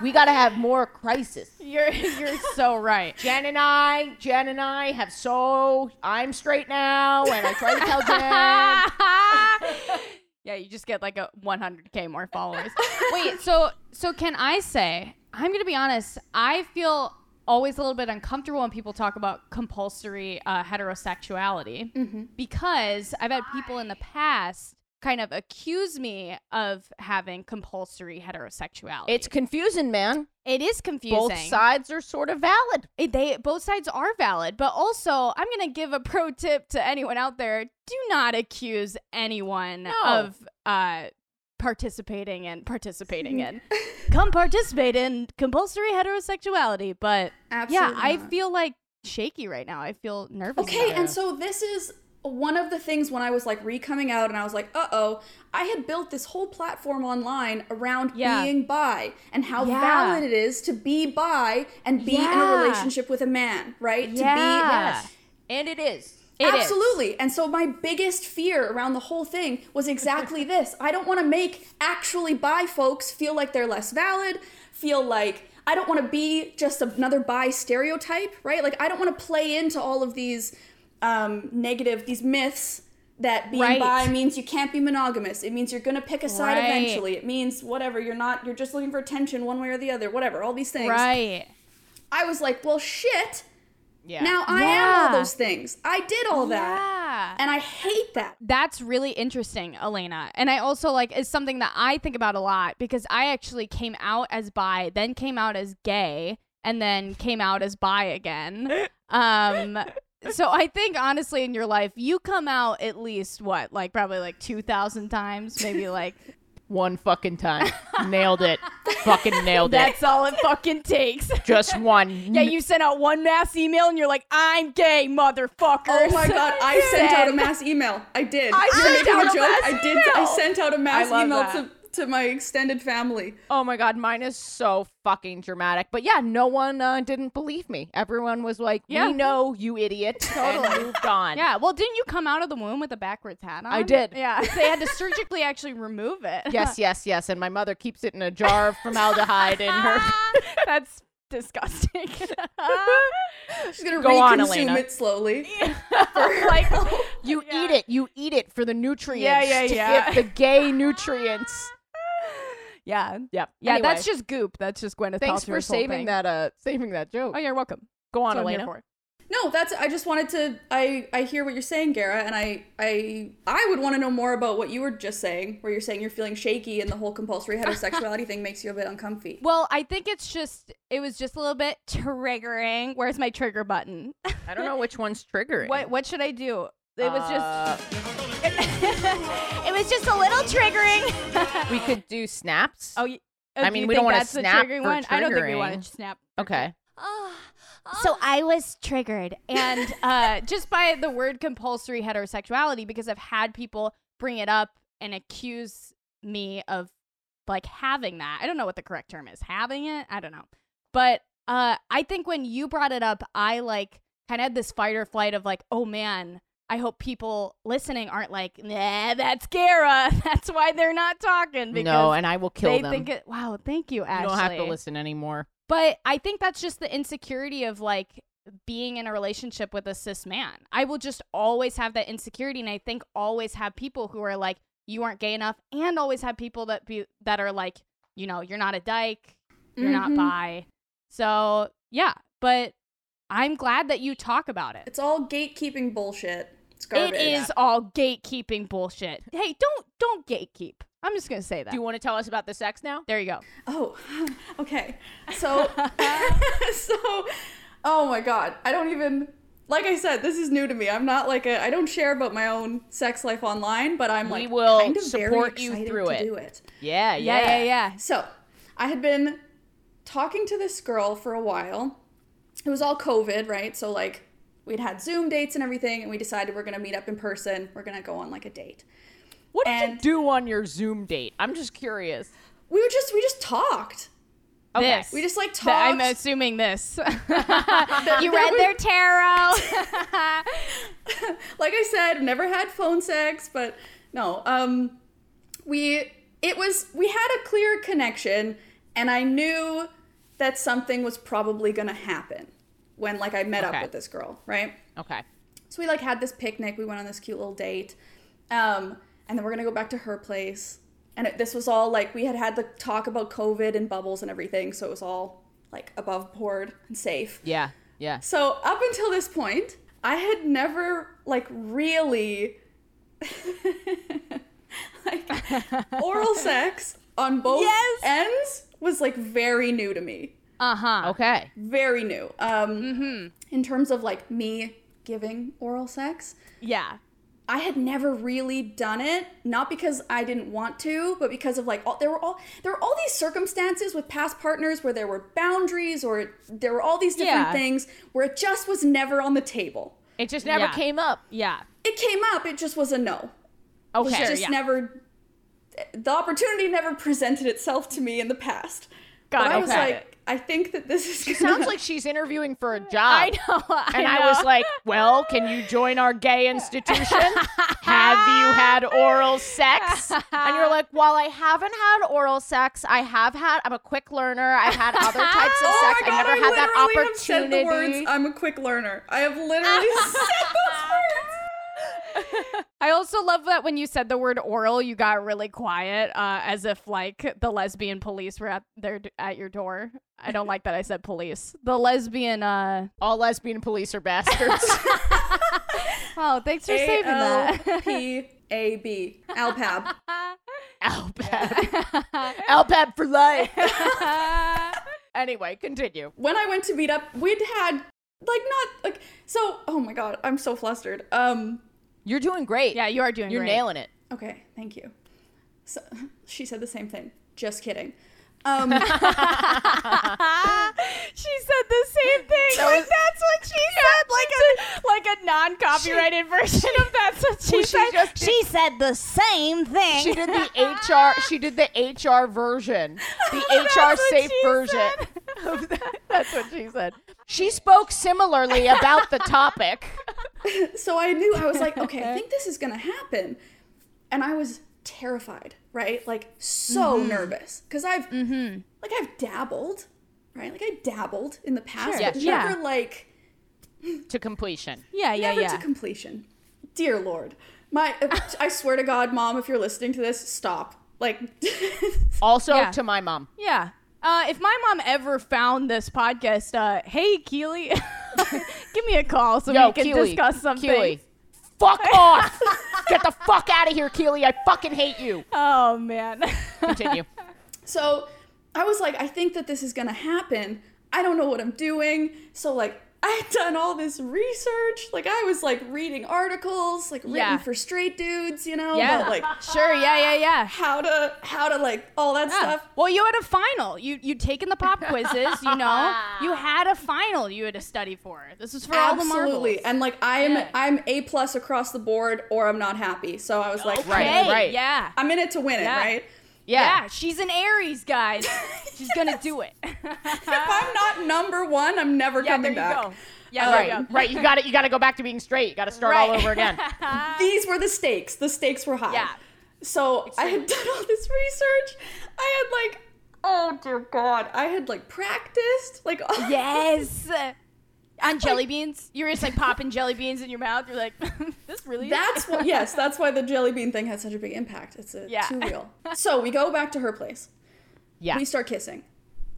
S3: we got to have more crisis.
S2: You're you're so right.
S3: Jen and I, Jen and I have so I'm straight now, and I try to tell Jen.
S2: yeah, you just get like a 100k more followers. Wait, so so can I say? I'm gonna be honest. I feel always a little bit uncomfortable when people talk about compulsory uh, heterosexuality because I've had people in the past kind of accuse me of having compulsory heterosexuality.
S3: It's confusing, man.
S2: it is confusing.
S3: Both sides are sort of valid.
S2: It- they both sides are valid but also i'm gonna give a pro tip to anyone out there do not accuse anyone of uh participating and participating in come participate in compulsory heterosexuality but yeah
S1: Absolutely
S2: i
S1: not.
S2: feel like shaky right now i feel nervous
S1: Okay,
S2: about it.
S1: and so this is one of the things when I was like re coming out and I was like, uh oh, I had built this whole platform online around
S2: Yeah.
S1: being bi and how
S2: Yeah.
S1: valid it is to be bi and be in a
S2: Yeah.
S1: relationship with a man, right? To be
S2: yeah
S3: And it is.
S2: It is.
S1: Absolutely. And so my biggest fear around the whole thing was exactly this. I don't want to make actually bi folks feel like they're less valid, feel like I don't want to be just another bi stereotype, right? Like I don't want to play into all of these um, negative, these myths that being
S2: Right.
S1: bi means you can't be monogamous. It means you're going to pick a side
S2: Right.
S1: eventually. It means whatever, you're not, you're just looking for attention one way or the other, whatever, all these things.
S2: right
S1: I was like, well, shit.
S3: Yeah.
S1: Now I am
S2: Yeah.
S1: all those things. I did all that.
S2: yeah
S1: And I hate that.
S2: That's really interesting, Elena. And I also like is something that I think about a lot because I actually came out as bi, then came out as gay, and then came out as bi again. Um so I think honestly in your life you come out at least what, like probably like 2000 times, maybe like
S3: One fucking time. Nailed it. fucking nailed it.
S2: that's all it fucking takes.
S3: Just one.
S2: yeah, you sent out one mass email and you're like, "I'm gay, motherfucker."
S1: Oh my god, I sent out a
S2: mass.
S1: mass email. I did.
S2: I
S1: You're
S2: sent
S1: making
S2: out
S1: a
S2: a
S1: joke.
S2: mass
S1: I did. I
S2: email.
S1: sent out a mass
S2: love
S1: email
S2: that.
S1: to, to my extended family.
S3: Oh my god, mine is so fucking dramatic. But yeah, no one uh, didn't believe me. Everyone was like,
S2: Yeah.
S3: "We know you idiot." Totally moved on.
S2: Yeah, well, didn't you come out of the womb with a backwards hat on?
S3: I did.
S2: Yeah, they had to surgically actually remove it.
S3: Yes, yes, yes. And my mother keeps it in a jar of formaldehyde in her.
S2: that's disgusting.
S1: She's gonna
S3: Go on,
S1: reconsume
S3: Elena.
S1: it slowly.
S2: like,
S3: You eat it. You eat it for the nutrients.
S2: Yeah, yeah,
S3: to
S2: yeah.
S3: get the gay nutrients.
S2: yeah,
S3: Yep.
S2: yeah,
S3: Anyway,
S2: that's just goop. That's just Gwyneth.
S3: thanks for
S2: Paltrow's whole
S3: saving
S2: thing.
S3: that. Uh, saving that joke.
S2: Oh, you're welcome.
S3: Go
S2: That's
S3: on,
S2: what I'm here
S3: Elena.
S2: for.
S1: No, that's. I just wanted to. I I hear what you're saying, Gara, and I I I would want to know more about what you were just saying, where you're saying you're feeling shaky and the whole compulsory heterosexuality thing makes you a bit uncomfy.
S2: Well, I think it's just it was just a little bit triggering. Where's my trigger button?
S3: I don't know which one's triggering. Uh,
S2: what what should I do? It was just it was just a little triggering.
S3: We could do snaps.
S2: oh, y- oh,
S3: I
S2: do
S3: mean,
S2: you
S3: we don't
S2: think
S3: wanna
S2: that's the
S3: snap
S2: triggering
S3: for
S2: one. I don't think we
S3: triggering.
S2: want to snap.
S3: okay.
S2: So I was triggered, and uh, just by the word compulsory heterosexuality, because I've had people bring it up and accuse me of like having that. I don't know what the correct term is, having it. I don't know, but uh, I think when you brought it up, I like kind of had this fight or flight of like, oh man. I hope people listening aren't like, nah, that's Gara. That's why they're not talking because
S3: No, and I will kill
S2: they
S3: them.
S2: think it. Wow, thank you,
S3: you
S2: Ashley.
S3: don't have to listen anymore.
S2: But I think that's just the insecurity of like being in a relationship with a cis man. I will just always have that insecurity and I think always have people who are like you aren't gay enough and always have people that be that are like, you know, you're not a dyke, you're
S1: Mhm.
S2: not bi. So, yeah, but I'm glad that you talk about it.
S1: It's all gatekeeping bullshit. It's garbage.
S2: It is all gatekeeping bullshit. Hey, don't don't gatekeep. I'm just gonna say that.
S3: Do you want to tell us about the sex now?
S2: there you go.
S1: Oh, okay. So, so, oh my god, I don't even. Like I said, this is new to me. I'm not like a. I don't share about my own sex life online, but I'm
S3: We
S1: like
S3: will
S1: kind of very
S3: support you
S1: excited
S3: through
S1: to
S3: it.
S1: do it.
S3: Yeah,
S2: Yeah, yeah, yeah.
S1: So, I had been talking to this girl for a while. It was all COVID, right? So, like, we'd had Zoom dates and everything, and we decided we're gonna meet up in person. We're gonna go on like a date.
S3: What did you
S1: And-
S3: do on your Zoom date? I'm just curious.
S1: We were just we just talked.
S3: Okay.
S2: This.
S1: We just like
S2: Th-
S1: talked.
S2: I'm assuming this. you read their tarot.
S1: like I said, never had phone sex, but no. Um, we it was we had a clear connection, and I knew that something was probably gonna happen when like I met
S3: Okay.
S1: up with this girl, right?
S3: Okay.
S1: So we like had this picnic. We went on this cute little date, um, and then we're gonna go back to her place. And it, this was all like we had had the talk about COVID and bubbles and everything, so it was all like above board and safe.
S3: Yeah. Yeah.
S1: So up until this point, I had never like really like oral sex on both
S2: Yes.
S1: ends was like very new to me.
S2: uh huh.
S3: Okay.
S1: Very new. Um in terms of like me giving oral sex.
S2: Yeah.
S1: I had never really done it, not because I didn't want to, but because of like all there were all there were all these circumstances with past partners where there were boundaries or there were all these different
S3: Yeah.
S1: things where it just was never on the table.
S3: It just never
S2: Yeah.
S3: came up.
S2: Yeah.
S1: It came up, it just was a no. It
S3: Okay.
S1: just
S2: yeah.
S1: never the opportunity never presented itself to me in the past.
S2: Got
S1: but
S2: it.
S1: I was
S3: okay.
S1: like, I think that this is gonna
S3: Sounds like she's interviewing for a job.
S2: I know. I
S3: And I,
S2: know.
S3: was like, well, can you join our gay institution? have you had oral sex? And you're like, while I haven't had oral sex, I have had, I'm a quick learner. I've had other types of
S1: Oh
S3: sex.
S1: my god,
S3: I never had that
S1: literally have said the
S3: opportunity.
S1: words, I'm a quick learner. I have literally said those words.
S2: I also love that when you said the word oral, you got really quiet, uh, as if like the lesbian police were at their at your door. I don't like that I said police. The lesbian. uh
S3: All lesbian police are bastards.
S2: Oh, thanks for saving that.
S1: P A B. Alpab.
S3: LPAP. LPAP for life. anyway, continue.
S1: When I went to meet up, we'd had like not like so oh my god, I'm so flustered. Um
S3: You're doing great.
S2: yeah, you are doing.
S3: You're
S2: great.
S3: nailing it.
S1: okay, thank you. So she said the same thing. Just kidding. Um
S2: she said the same thing. like that's what she said. Like a like a non-copyrighted version of that's what she
S3: Well, she
S2: said.
S3: just did-
S2: said the same thing.
S3: She did the HR. She did the HR version, the HR
S2: That's what
S3: safe
S2: she
S3: version.
S2: said.
S3: of that. That's what she said. She spoke similarly about the topic.
S1: so I knew I was like, okay, I think this is gonna happen, and I was terrified, right? Like so
S2: Mm-hmm.
S1: nervous because I've like I've dabbled, right? Like I dabbled in the past,
S2: Sure.
S1: but
S2: Yeah.
S1: never like
S3: To completion.
S2: yeah, yeah,
S1: never
S2: yeah.
S1: to completion. Dear Lord, my I swear to God, Mom, if you're listening to this, stop. Like,
S3: Also
S2: Yeah.
S3: to my mom.
S2: Yeah. Uh, if my mom ever found this podcast, uh, hey Keely, give me a call so
S3: Yo,
S2: we can
S3: Keely.
S2: discuss something.
S3: Keely. Fuck off! Get the fuck out of here, Keely. I fucking hate you.
S2: Oh man.
S3: Continue.
S1: so I was like, I think that this is gonna happen. I don't know what I'm doing. So like. I had done all this research. Like I was like reading articles, like written
S2: Yeah.
S1: for straight dudes, you know,
S2: Yeah.
S1: about like
S2: sure. Yeah. Yeah. Yeah.
S1: how to how to like all that
S2: Yeah.
S1: stuff.
S2: Well, you had a final. You you taken the pop quizzes. You know, you had a final. You had to study for. This is for all the marbles.
S1: Absolutely. And like I am
S2: Yeah.
S1: I'm A plus across the board or I'm not happy. So I was like,
S3: Right,
S2: Hey,
S3: right.
S2: Yeah.
S1: I'm in it to win
S2: Yeah.
S1: it, right?
S2: yeah.
S3: Yeah.
S2: She's an Aries, guys. She's gonna do it.
S1: If I'm not number one, I'm never
S2: yeah. There
S1: coming
S2: you
S1: back.
S2: go. Yeah. there you
S3: Right.
S2: go.
S3: Right. You got to You got to go back to being straight. You got to start all
S2: Right.
S3: over again.
S1: These were the stakes. The stakes were high.
S2: Yeah.
S1: So I had done all this research. I had like, oh dear God, I had like practiced like all-
S2: Yes. On jelly beans, you're just like popping jelly beans in your mouth. You're like, this really. is-
S1: That's what. Yes, that's why the jelly bean thing had such a big impact. It's a,
S2: Yeah.
S1: too real. So we go back to her place.
S3: Yeah.
S1: We start kissing.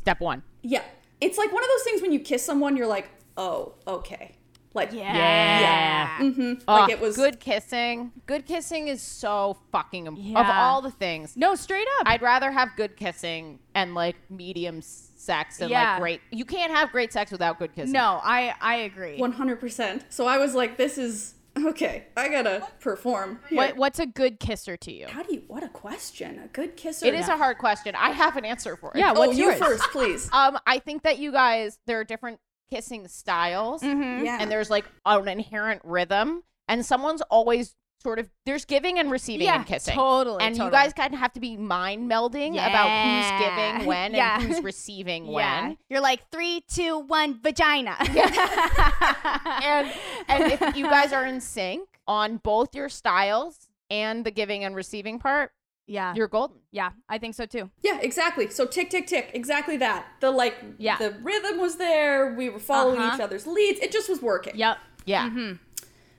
S3: Step one.
S1: Yeah. It's like one of those things when you kiss someone, you're like, oh, okay. Like,
S2: Yeah.
S3: Yeah.
S1: hmm
S3: Ugh,
S1: like it was
S3: Ah, good kissing. Good kissing is so fucking im- of
S2: Yeah.
S3: all the things.
S2: No, straight up.
S3: I'd rather have good kissing and like medium s- sex and
S2: Yeah.
S3: like great. You can't have great sex without good kissing.
S2: no, I I agree.
S1: 100%. So I was like, this is okay. I gotta perform. here.
S2: What what's a good kisser to you?
S1: How do you, what a question. A good kisser.
S3: it is a hard question. I have an answer for it.
S2: Yeah,
S1: Oh,
S2: what's
S1: you
S2: yours?
S1: first, please.
S3: Um, I think that you guys there are different kissing styles,
S2: Hmm? Mm-hmm.
S1: yeah.
S3: and there's like an inherent rhythm, and someone's always sort of there's giving and receiving
S2: Yeah,
S3: and kissing.
S2: totally.
S3: and you
S2: totally.
S3: guys kind of have to be mind melding about who's
S2: Yeah.
S3: giving when
S2: Yeah.
S3: and who's receiving
S2: Yeah.
S3: when.
S2: You're like three, two, one, vagina.
S3: and and if you guys are in sync on both your styles and the giving and receiving part,
S2: yeah.
S3: you're golden.
S2: yeah, I think so too.
S1: Yeah, exactly. So tick, tick, tick. Exactly that. The like,
S2: Yeah.
S1: the rhythm was there. We were following
S2: Uh-huh.
S1: each other's leads. It just was working.
S2: Yep.
S3: Yeah.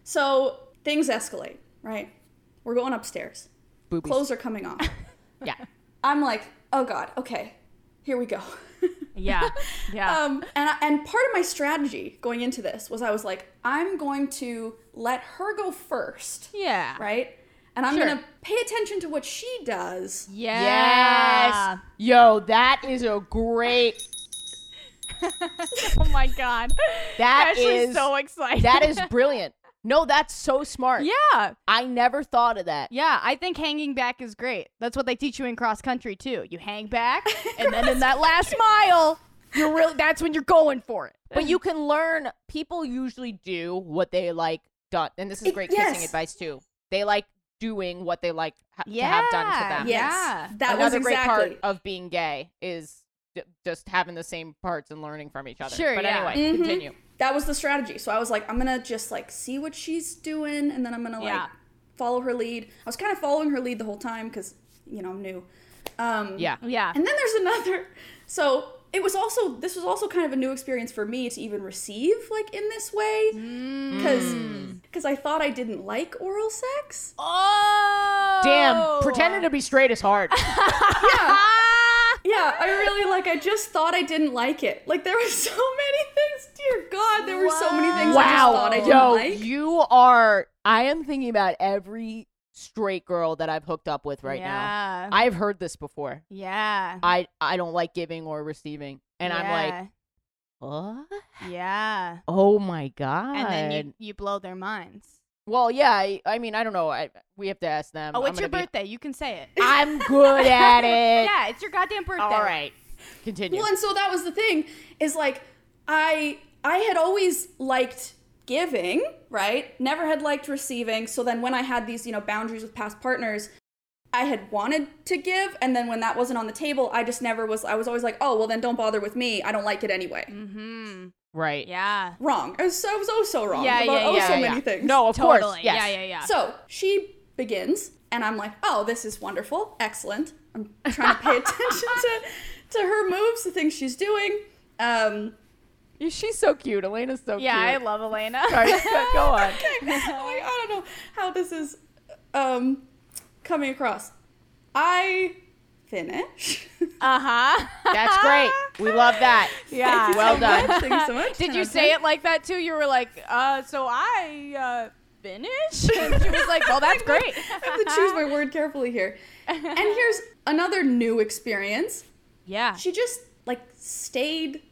S1: So things escalate, right? We're going upstairs.
S3: Boobies.
S1: Clothes are coming off.
S3: Yeah.
S1: I'm like, oh God, okay, here we go.
S2: Yeah. Yeah.
S1: um, and, I, and part of my strategy going into this was I was like, I'm going to let her go first,
S2: yeah.
S1: right? And I'm
S2: Sure.
S1: going to pay attention to what she does.
S2: Yeah.
S3: Yes. Yo, that is a great
S2: Oh my god.
S3: That is
S2: Ashley's so excited.
S3: that is brilliant. No, that's so smart.
S2: Yeah.
S3: I never thought of that.
S2: Yeah, I think hanging back is great. That's what they teach you in cross country too. You hang back and then in that last mile, you're really that's when you're going for it.
S3: But you can learn people usually do what they like done. And this is
S1: It-
S3: great kissing
S1: yes.
S3: advice too. They like doing what they like ha- to have done to them.
S2: Yeah.
S1: Yes, that was
S3: Another great
S1: exactly.
S3: part of being gay is j- just having the same parts and learning from each other.
S2: Sure,
S3: But
S2: yeah.
S3: anyway,
S1: Mhm.
S3: continue.
S1: that was the strategy. So I was like, I'm gonna just like see what she's doing, and then I'm gonna like
S2: Yeah.
S1: follow her lead. I was kind of following her lead the whole time because you know I'm new. Um,
S3: Yeah.
S2: Yeah.
S1: And then there's another. So it was also this was also kind of a new experience for me to even receive like in this way
S2: Mm.
S1: because
S3: Mm.
S1: because I thought I didn't like oral sex.
S2: Oh.
S3: Damn, pretending to be straight is hard.
S1: Yeah.
S2: Ah.
S1: Yeah, I really like. I just thought I didn't like it. Like there were so many things. Dear God, there were so many things I just
S3: wow.
S1: thought I didn't
S3: Yo,
S1: like.
S3: you are I am thinking about every straight girl that I've hooked up with right
S2: yeah.
S3: now. I've heard this before.
S2: yeah.
S3: I I don't like giving or receiving. And I'm like, "What?
S2: Yeah. Yeah.
S3: Oh my god.
S2: And then you, you blow their minds.
S3: Well, yeah, I, I mean, I don't know. I, we have to ask them.
S2: Oh, it's
S3: I'm
S2: your
S3: gonna be-
S2: birthday. You can say it.
S3: I'm good at it.
S2: yeah, it's your goddamn birthday.
S3: All right. Continue.
S1: Well, and so that was the thing is like I I had always liked giving, right? Never had liked receiving. So then when I had these, you know, boundaries with past partners, I had wanted to give and then when that wasn't on the table, I just never was I was always like, "Oh, well then don't bother with me. I don't like it anyway."
S2: Mm-hmm.
S3: right.
S2: Yeah.
S1: Wrong. I was so, I was oh so wrong
S2: Yeah,
S1: about
S2: yeah,
S1: oh
S2: yeah,
S1: so
S2: yeah,
S1: many
S3: yeah.
S1: things.
S3: No, of
S2: totally.
S3: course.
S2: Yeah,
S3: yes.
S2: yeah, yeah.
S1: So she begins, and I'm like, oh, this is wonderful, excellent. I'm trying to pay attention to, to her moves, the things she's doing. Um,
S3: yeah. She's so cute. Elena's so
S2: yeah, I
S3: cute.
S2: love Elena.
S3: Sorry, go on.
S1: I'm like, I don't know how this is um, coming across. I finish.
S2: Uh-huh.
S3: That's great. We love that.
S2: Yeah.
S3: Well
S1: so
S3: done.
S1: Much. Thank you so much.
S2: Did you say it like that too? You were like, uh, so I uh finish? And she was like, Well that's great.
S1: I have to choose my word carefully here. And here's another new experience.
S2: Yeah.
S1: She just like stayed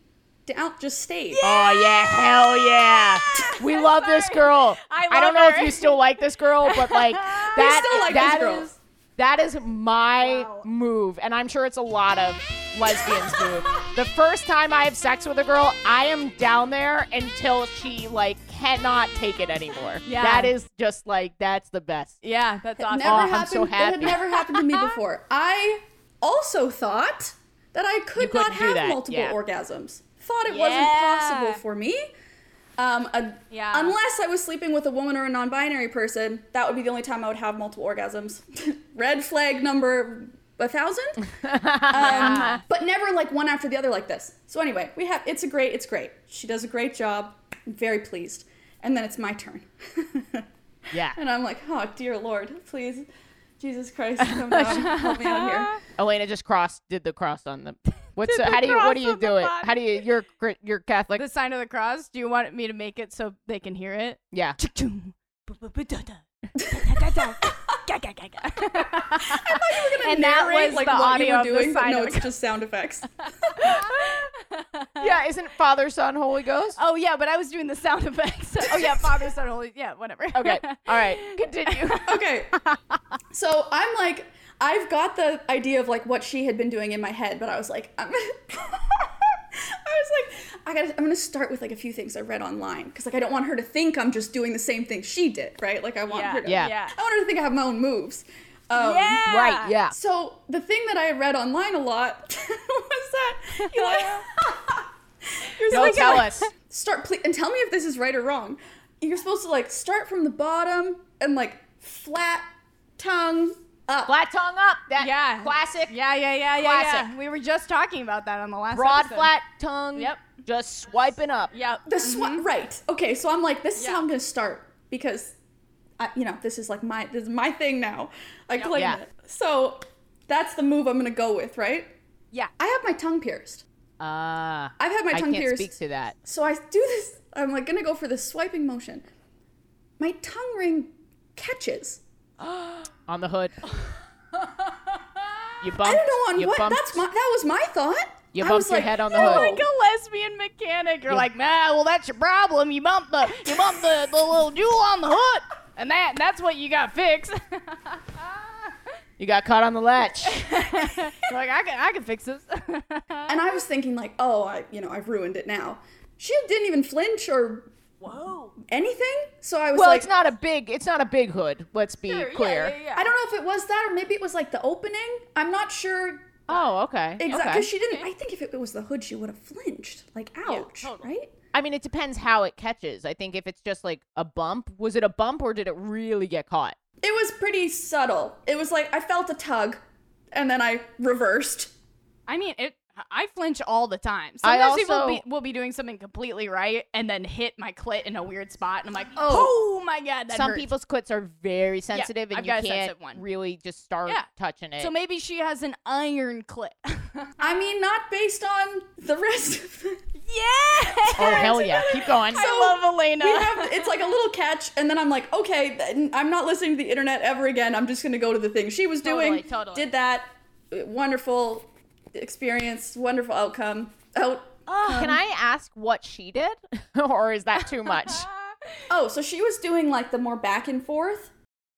S1: down, just stayed.
S3: Oh yeah, hell yeah. We love this girl.
S2: I love
S3: don't know if
S2: her.
S3: you still like this girl, but like that
S1: still like this
S3: that
S1: girl.
S3: is- that is my
S2: Wow.
S3: move, and I'm sure it's a lot of lesbians' move. The first time I have sex with a girl, I am down there until she like cannot take it anymore.
S2: Yeah.
S3: That is just like that's the best.
S2: Yeah, that's awesome.
S1: never
S3: Oh, I'm
S1: happened.
S3: so
S1: It had
S3: happy.
S1: never happened to me before. I also thought that I could
S3: couldn't
S1: not
S3: do
S1: have
S3: that,
S1: multiple
S3: yeah.
S1: orgasms. Thought it
S2: Yeah.
S1: wasn't possible for me. Um, a-
S2: Yeah.
S1: Unless I was sleeping with a woman or a non-binary person, that would be the only time I would have multiple orgasms. Red flag number a thousand. Um, but never like one after the other like this. So anyway, we have it's a great, it's great. She does a great job. I'm very pleased. And then it's my turn.
S3: Yeah.
S1: And I'm like, oh dear lord, please, Jesus Christ, come down, help me out here.
S3: Elena just crossed, did the cross on the. What's
S2: Did
S3: the,
S2: the
S3: how do you what
S2: cross
S3: do you
S2: on the
S3: do it?
S2: body.
S3: How do you you're cr- you're Catholic?
S2: the sign of the cross. Do you want me to make it so they can hear it?
S3: yeah,
S2: and that
S1: Narrate,
S2: was the audio of the
S1: but
S2: sign
S1: no,
S2: of
S1: it's just sound effects.
S3: yeah. Isn't Father, Son, Holy Ghost?
S2: Oh yeah, but I was doing the sound effects. oh yeah, Father, Son, Holy. Yeah, whatever.
S3: Okay, all right, continue.
S1: okay. So I'm like, I've got the idea of like what she had been doing in my head, but I was like, I'm I was like, I gotta, I'm gonna start with like a few things I read online because like I don't want her to think I'm just doing the same thing she did, right? Like I want her to,
S3: Yeah.
S1: I want her to think I have my own moves. Um,
S2: Yeah.
S3: Right, yeah.
S1: So the thing that I had read online a lot was that you like, you're supposed
S3: Don't
S1: to,
S3: tell
S1: like,
S3: us.
S1: Start please, and tell me if this is right or wrong. You're supposed to like start from the bottom and like flat tongue up.
S3: Flat tongue up. That
S2: Yeah.
S3: classic.
S2: Yeah, yeah, yeah, yeah,
S3: Classic.
S2: yeah. We were just talking about that on the last
S3: Broad,
S2: episode.
S3: flat tongue.
S2: Yep.
S3: Just swiping up.
S2: Yep.
S1: The swi- right. Okay, so I'm like, this is how
S2: Yeah.
S1: I'm gonna start because, I, you know, this is like my this is my thing now. I claim
S3: Yeah.
S1: it. So that's the move I'm gonna go with, right?
S2: Yeah.
S1: I have my tongue pierced.
S3: Ah.
S1: I've had my
S3: I
S1: tongue
S3: can't
S1: pierced.
S3: speak to that.
S1: So I do this. I'm like gonna go for this swiping motion. My tongue ring catches.
S3: On the hood. you bumped.
S1: I don't know on
S3: you
S1: what.
S3: Bumped,
S1: That's my. That was my thought.
S3: You
S1: I was
S3: bumped your
S1: like, "Oh
S3: head on the
S2: You're
S3: hood.
S2: like a lesbian mechanic. You're like, nah, well that's your problem. You bump the you bump the, the little jewel on the hood. And that that's what you got fixed. You're
S3: You got caught on the latch.
S2: like, I can I can fix this.
S1: And I was thinking like, oh, I you know I've ruined it now. She didn't even flinch or whoa anything. So I was
S3: well,
S1: like,
S3: it's not a big. It's not a big hood. Let's be clear.
S1: I don't know if it was that or maybe it was like the opening. I'm not sure
S3: Oh, okay.
S1: exactly
S3: Okay.
S1: because she didn't. I think if it was the hood, she would have flinched. Like, ouch, right?
S3: I mean, it depends how it catches. I think if it's just like a bump, was it a bump or did it really get caught?
S1: It was pretty subtle. It was like I felt a tug, and then I reversed.
S2: I mean, it. I flinch all the time.
S3: I
S2: Sometimes people
S3: also-
S2: be, will be doing something completely right and then hit my clit in a weird spot, and I'm like, oh, my god, that
S3: Some
S2: hurts.
S3: people's clits are very sensitive,
S2: I've
S3: and
S2: got a
S3: you can't
S2: sensitive one.
S3: really just start
S2: Yeah.
S3: touching it.
S2: So maybe she has an iron clit. Oh,
S1: I mean, not based on the rest of the.
S2: yeah.
S3: oh hell yeah! Keep going.
S1: So-
S2: I love Elena.
S1: We have, it's like a little catch, and then I'm like, okay, then I'm not listening to the internet ever again. I'm just gonna go to the thing she was doing.
S2: Totally, totally.
S1: Did that. uh, Wonderful experience, wonderful outcome. Oh, Out.
S3: Can I ask what she did, or is that too much?
S1: Oh, so she was doing like the more back and forth.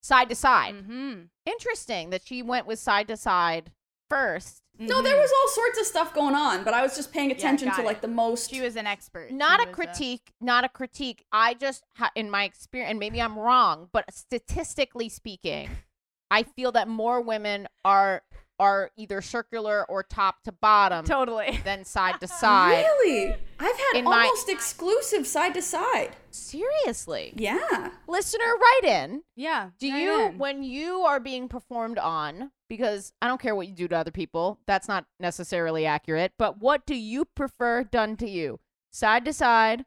S3: side to side.
S2: hmm
S3: Interesting that she went with side to side first.
S1: No, there was all sorts of stuff going on, but I was just paying attention
S2: Mm-hmm.
S1: to
S2: got it.
S1: like the most.
S2: She was an expert.
S3: Not
S2: She
S3: a
S2: was uh,
S3: critique, not a critique. I just, ha- in my experience, and maybe I'm wrong, but statistically speaking, I feel that more women are are either circular or top to bottom
S2: Totally.
S3: than side to side.
S1: really? I've had
S3: In my-
S1: almost exclusive side to side.
S3: Seriously,
S1: Yeah.
S3: listener, write in.
S2: Yeah.
S3: Do
S2: right
S3: you,
S2: in.
S3: when you are being performed on, because I don't care what you do to other people, that's not necessarily accurate, but what do you prefer done to you? Side to side,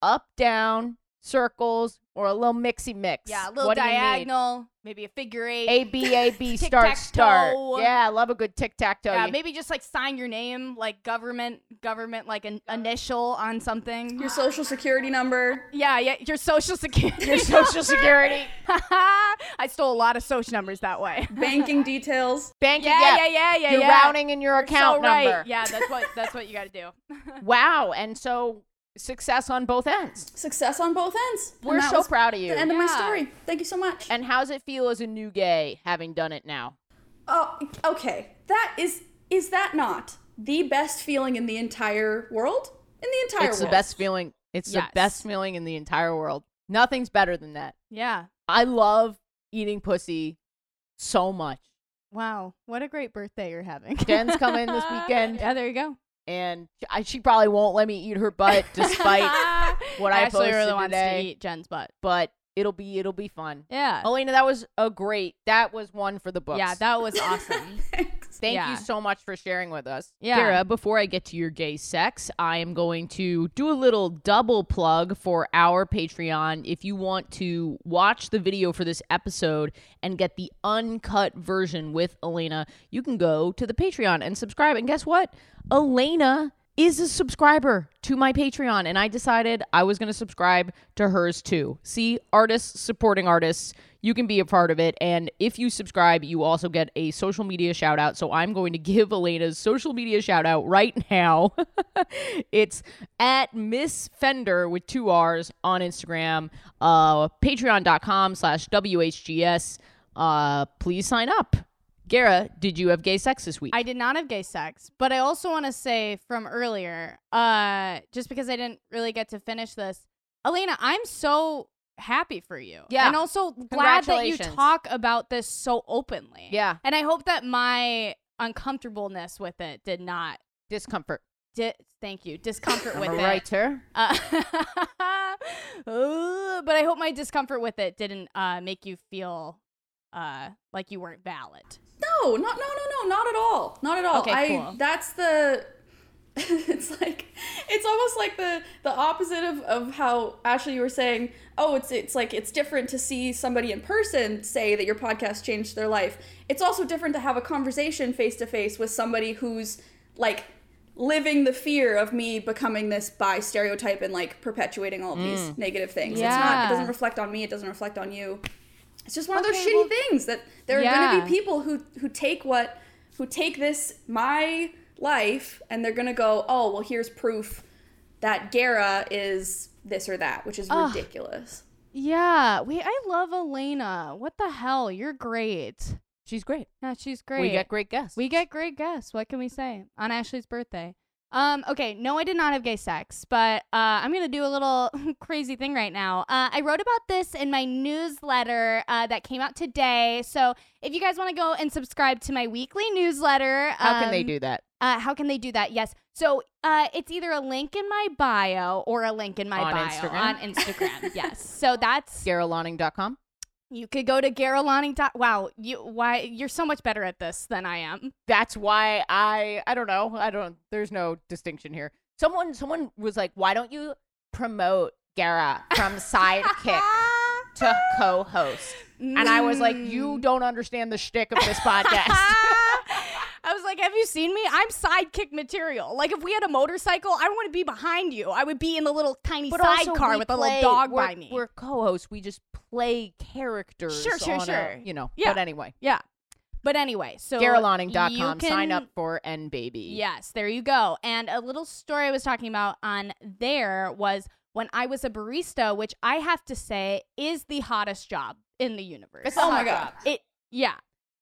S3: up, down, circles, or a little mixy mix?
S2: Yeah, a little
S3: What do you need?
S2: diagonal, maybe a figure eight.
S3: A, B, A, B, start,
S2: Tic-tac-toe.
S3: start. Yeah, I love a good tic tac toe.
S2: Oh, yeah, maybe just like sign your name, like government, government, like an initial on something.
S1: Your social security number.
S2: Yeah, yeah, your social security.
S3: Your social security.
S2: I stole a lot of social numbers that way.
S1: Banking details.
S3: Banking,
S2: Yeah, yeah, yeah, yeah,
S3: You're
S2: yeah.
S3: routing in your account
S2: so right.
S3: number.
S2: Yeah, that's what that's what you got to do.
S3: Wow. And so success on both ends.
S1: Success on both ends. And
S3: We're
S1: that
S3: so
S1: was
S3: proud of you.
S1: The end of my
S2: Yeah.
S1: story. Thank you so much.
S3: And how's it feel as a new gay having done it now?
S1: Oh, okay. That is is that not the best feeling in the entire world? In the entire
S3: It's the
S1: world.
S3: best feeling. It's
S2: Yes.
S3: the best feeling in the entire world. Nothing's better than that.
S2: Yeah.
S3: I love eating pussy so much.
S2: Wow, what a great birthday you're having.
S3: Jen's coming this weekend.
S2: Yeah, there you go.
S3: And I, she probably won't let me eat her butt despite what I
S2: Ashley
S3: posted
S2: really wants
S3: today.
S2: to eat Jen's butt.
S3: But It'll be it'll be fun.
S2: Yeah.
S3: Elena, that was a great. That was one for the books.
S2: Yeah, that was awesome.
S1: Thanks.
S3: Thank
S2: yeah.
S3: you so much for sharing with us.
S2: Yeah.
S3: Kara, before I get to your gay sex, I am going to do a little double plug for our Patreon. If you want to watch the video for this episode and get the uncut version with Elena, you can go to the Patreon and subscribe. And guess what? Elena is a subscriber to my Patreon, and I decided I was going to subscribe to hers too. See, artists supporting artists, you can be a part of it. And if you subscribe, you also get a social media shout out. So I'm going to give Elena's social media shout out right now. it's at Miss Fender with two R's on Instagram, uh, patreon.com slash WHGS. Uh, please sign up. Gara, did you have gay sex this week?
S2: I did not have gay sex, but I also want to say from earlier, uh, just because I didn't really get to finish this, Elena, I'm so happy for you.
S3: Yeah.
S2: And also glad that you
S3: Congratulations.
S2: talk about this so openly.
S3: Yeah.
S2: And I hope that my uncomfortableness with it did not.
S3: Discomfort.
S2: Di- thank you. Discomfort with
S3: I'm a
S2: it.
S3: writer.
S2: Uh, uh, but I hope my discomfort with it didn't uh, make you feel uh, like you weren't valid.
S1: No, not no no no, not at all. Not at all.
S2: Okay,
S1: I
S2: cool.
S1: that's the it's like it's almost like the the opposite of, of how Ashley you were saying, oh, it's it's like it's different to see somebody in person say that your podcast changed their life. It's also different to have a conversation face to face with somebody who's like living the fear of me becoming this by stereotype and like perpetuating all of these negative things. It's not
S2: Mm. Yeah.
S1: it doesn't reflect on me, it doesn't reflect on you it's just one of those
S2: Okay,
S1: shitty
S2: well-
S1: things that there are going
S2: Yeah.
S1: to be people who who take what who take this my life and they're going to go oh well here's proof that Gara is this or that which is ridiculous
S2: Yeah. Wait, I love Elena. What the hell? You're great.
S3: She's great.
S2: Yeah, she's great.
S3: We get great guests.
S2: We get great guests. What can we say on Ashley's birthday? Um, okay, no, I did not have gay sex, but uh, I'm gonna do a little crazy thing right now. Uh, I wrote about this in my newsletter uh, that came out today. So if you guys want to go and subscribe to my weekly newsletter,
S3: How can they
S2: um,
S3: do that?
S2: Uh, how can they do that? Yes. So uh, it's either a link in my bio or a link in my
S3: On
S2: bio
S3: Instagram?
S2: on Instagram. yes. So that's
S3: GaraLawning.com.
S2: you could go to Garolani. dot- Wow, you why you're so much better at this than I am.
S3: That's why I I don't know. I don't there's no distinction here. Someone someone was like, "Why don't you promote Gara from sidekick to co-host?" And I was like,
S2: Hmm.
S3: "You don't understand the shtick of this podcast."
S2: I was like, have you seen me? I'm sidekick material. Like if we had a motorcycle, I wouldn't be behind you. I would be in the little tiny
S3: also,
S2: sidecar
S3: we
S2: with a little
S3: play-
S2: dog
S3: we're-
S2: by me.
S3: We're co-hosts. We just play characters.
S2: Sure, sure,
S3: on a-
S2: sure.
S3: you know.
S2: Yeah.
S3: But anyway,
S2: yeah. But anyway, so you
S3: Garaloning.com. Sign
S2: can-
S3: up for N Baby.
S2: Yes, there you go. And a little story I was talking about on there was when I was a barista, which I have to say is the hottest job in the universe.
S1: It's a Oh my hot God.
S2: It yeah.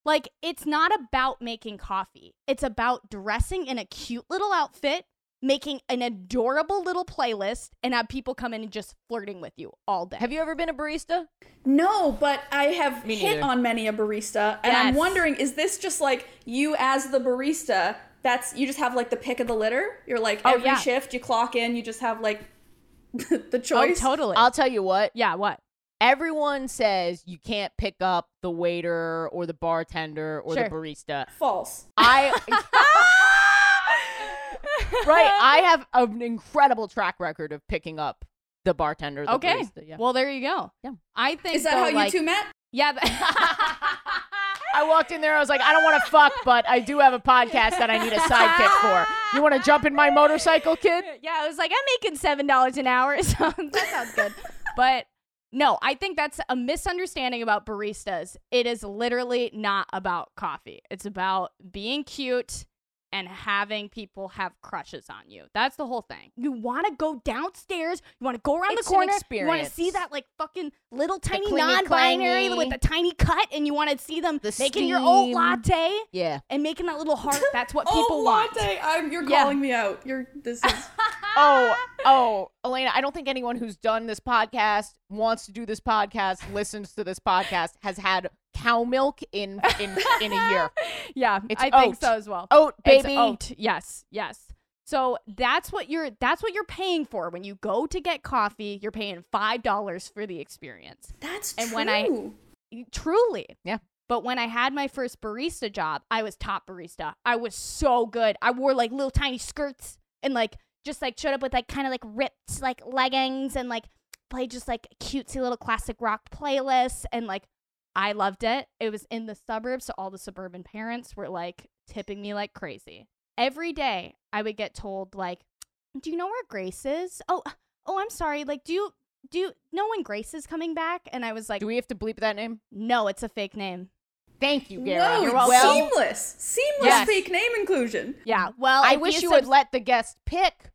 S2: Like it's not about making coffee. It's about dressing in a cute little outfit, making an adorable little playlist and have people come in and just flirting with you all day.
S3: Have you ever been a barista?
S1: no but i have
S3: Me
S1: hit
S3: neither.
S1: on many a barista and i'm
S2: Yes.
S1: wondering is this just like you as the barista that's you just have like the pick of the litter you're like
S2: Oh,
S1: every
S2: yeah.
S1: shift you clock in you just have like the
S2: Oh,
S1: choice
S2: totally.
S3: I'll tell you what.
S2: yeah, what?
S3: everyone says you can't pick up the waiter or the bartender or
S2: Sure.
S3: the barista.
S1: false
S3: I right, I have an incredible track record of picking up the bartender. The
S2: Okay.
S3: barista, yeah.
S2: Well, there you go.
S3: Yeah.
S2: I think
S1: is that
S2: though,
S1: how
S2: like-
S1: you two met
S2: Yeah. but-
S3: I walked in there. I was like, I don't want to fuck, but I do have a podcast that I need a sidekick for. You want to jump in my motorcycle, kid?
S2: yeah, I was like, I'm making seven dollars an hour, so that sounds good. but no, I think that's a misunderstanding about baristas. It is literally not about coffee. It's about being cute and having people have crushes on you. That's the whole thing. You want to go downstairs. You want to go around
S3: It's
S2: the
S3: an
S2: corner. You want to see
S3: experience.
S2: that like fucking little tiny
S3: clingy
S2: non-binary with
S3: clangy.
S2: the tiny cut, and you want to see them
S3: The
S2: making your old
S3: steam.
S2: latte
S3: Yeah.
S2: and making that little heart. That's what
S1: Oh,
S2: people want.
S1: latte. I'm, you're
S2: Yeah.
S1: calling me out. You're this is
S3: Oh, oh, Elena, I don't think anyone who's done this podcast, wants to do this podcast, listens to this podcast, has had cow milk in in in a year.
S2: Yeah,
S3: It's
S2: I think
S3: oat.
S2: so as well.
S3: Oat,
S2: It's
S3: baby.
S2: oat. Yes, yes. So that's what you're that's what you're paying for when you go to get coffee. You're paying five dollars for the experience.
S1: That's
S2: And
S1: true.
S2: when I- Truly.
S3: Yeah.
S2: But when I had my first barista job, I was top barista. I was so good. I wore like little tiny skirts and like just like showed up with like kind of like ripped like leggings and like played just like cutesy little classic rock playlists and like I loved it. It was in the suburbs, so all the suburban parents were like tipping me like crazy. Every day I would get told like, "Do you know where Grace is?" "Oh, oh, I'm sorry. Like, do you do you know when Grace is coming back?" And I was like,
S3: Do we have to bleep that name?
S2: "No, it's a fake name."
S3: Thank you, Garrett.
S1: Whoa,
S3: You're welcome.
S1: seamless. Seamless
S3: Yes.
S1: fake name inclusion.
S2: Yeah. Well,
S3: I
S2: if
S3: wish you
S2: sub-
S3: would let the guest pick.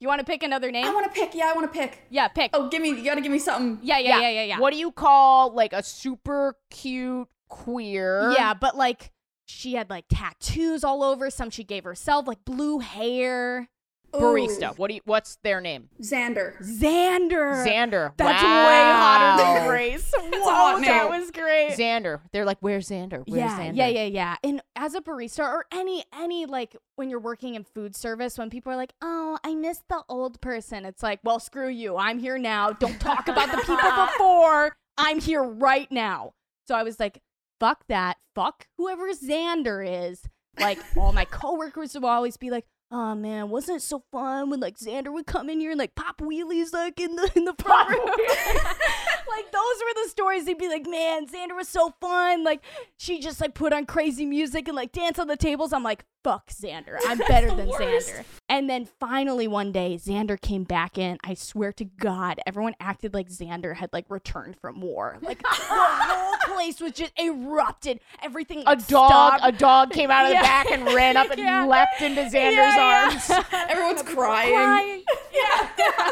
S2: You want to pick another name?
S1: I want to pick. Yeah, I want to pick.
S2: yeah, pick.
S1: Oh, give me. You gotta give me something.
S2: yeah, yeah, yeah, yeah, yeah.
S3: What do you call like a super cute queer?
S2: Yeah, but like she had like tattoos all over. Some she gave herself, like blue hair.
S1: Ooh,
S3: barista. What do you? What's their name?
S1: Xander.
S2: Xander.
S3: Xander.
S2: Er, That's
S3: wow.
S2: way hotter than Grace. Whoa,
S1: hot
S2: that
S1: name.
S2: was great.
S3: Xander. They're like, where's Xander? Where's
S2: yeah,
S3: Xander?
S2: yeah, yeah, yeah. And as a barista or any any like when you're working in food service, when people are like, "Oh, I miss the old person," it's like, "Well, screw you. I'm here now. Don't talk about the people before. I'm here right now." So I was like, "Fuck that. Fuck whoever Xander is." Like all my coworkers would always be like. Oh man, wasn't it so fun when like Xander would come in here and like pop wheelies like in the in the front room? like those were the stories. They'd be like, man, Xander was so fun. Like she just like put on crazy music and like dance on the tables. I'm like, fuck Xander. I'm better than Xander. And then finally one day, Xander came back in. I swear to God, everyone acted like Xander had like returned from war. Like the whole place was just erupted. Everything
S3: A
S2: like,
S3: dog.
S2: stopped.
S3: A dog came out of
S2: Yeah.
S3: the back and ran up and
S2: Yeah.
S3: leapt into Xander's
S2: yeah.
S3: arms.
S1: Everyone's crying.
S2: crying. Yeah. yeah,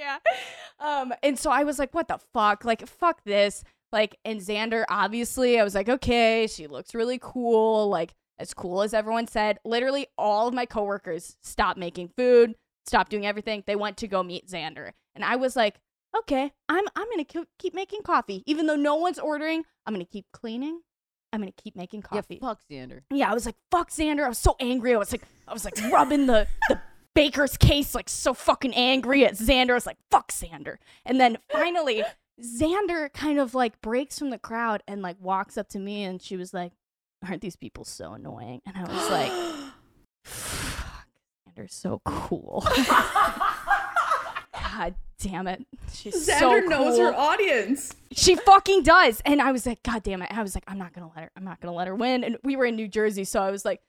S2: yeah, yeah. Um, and so I was like, what the fuck? Like, fuck this. Like, and Xander, obviously, I was like, okay, she looks really cool. Like, as cool as everyone said, literally all of my coworkers stopped making food, stopped doing everything. They went to go meet Xander. And I was like, okay, I'm, I'm going to keep making coffee. Even though no one's ordering, I'm going to keep cleaning. I'm going to keep making coffee.
S3: fuck Xander.
S2: Yeah, I was like, fuck Xander. I was so angry. I was like, I was like rubbing the, the baker's case, like so fucking angry at Xander. I was like, fuck Xander. And then finally, Xander kind of like breaks from the crowd and like walks up to me and she was like, Aren't these people so annoying? And I was like, fuck, Xander's so cool. God damn it. She's so
S1: Xander
S2: cool
S1: knows her audience.
S2: she fucking does. And I was like, God damn it. I was like, I'm not gonna let her. I'm not gonna let her win. And we were in New Jersey, so I was like,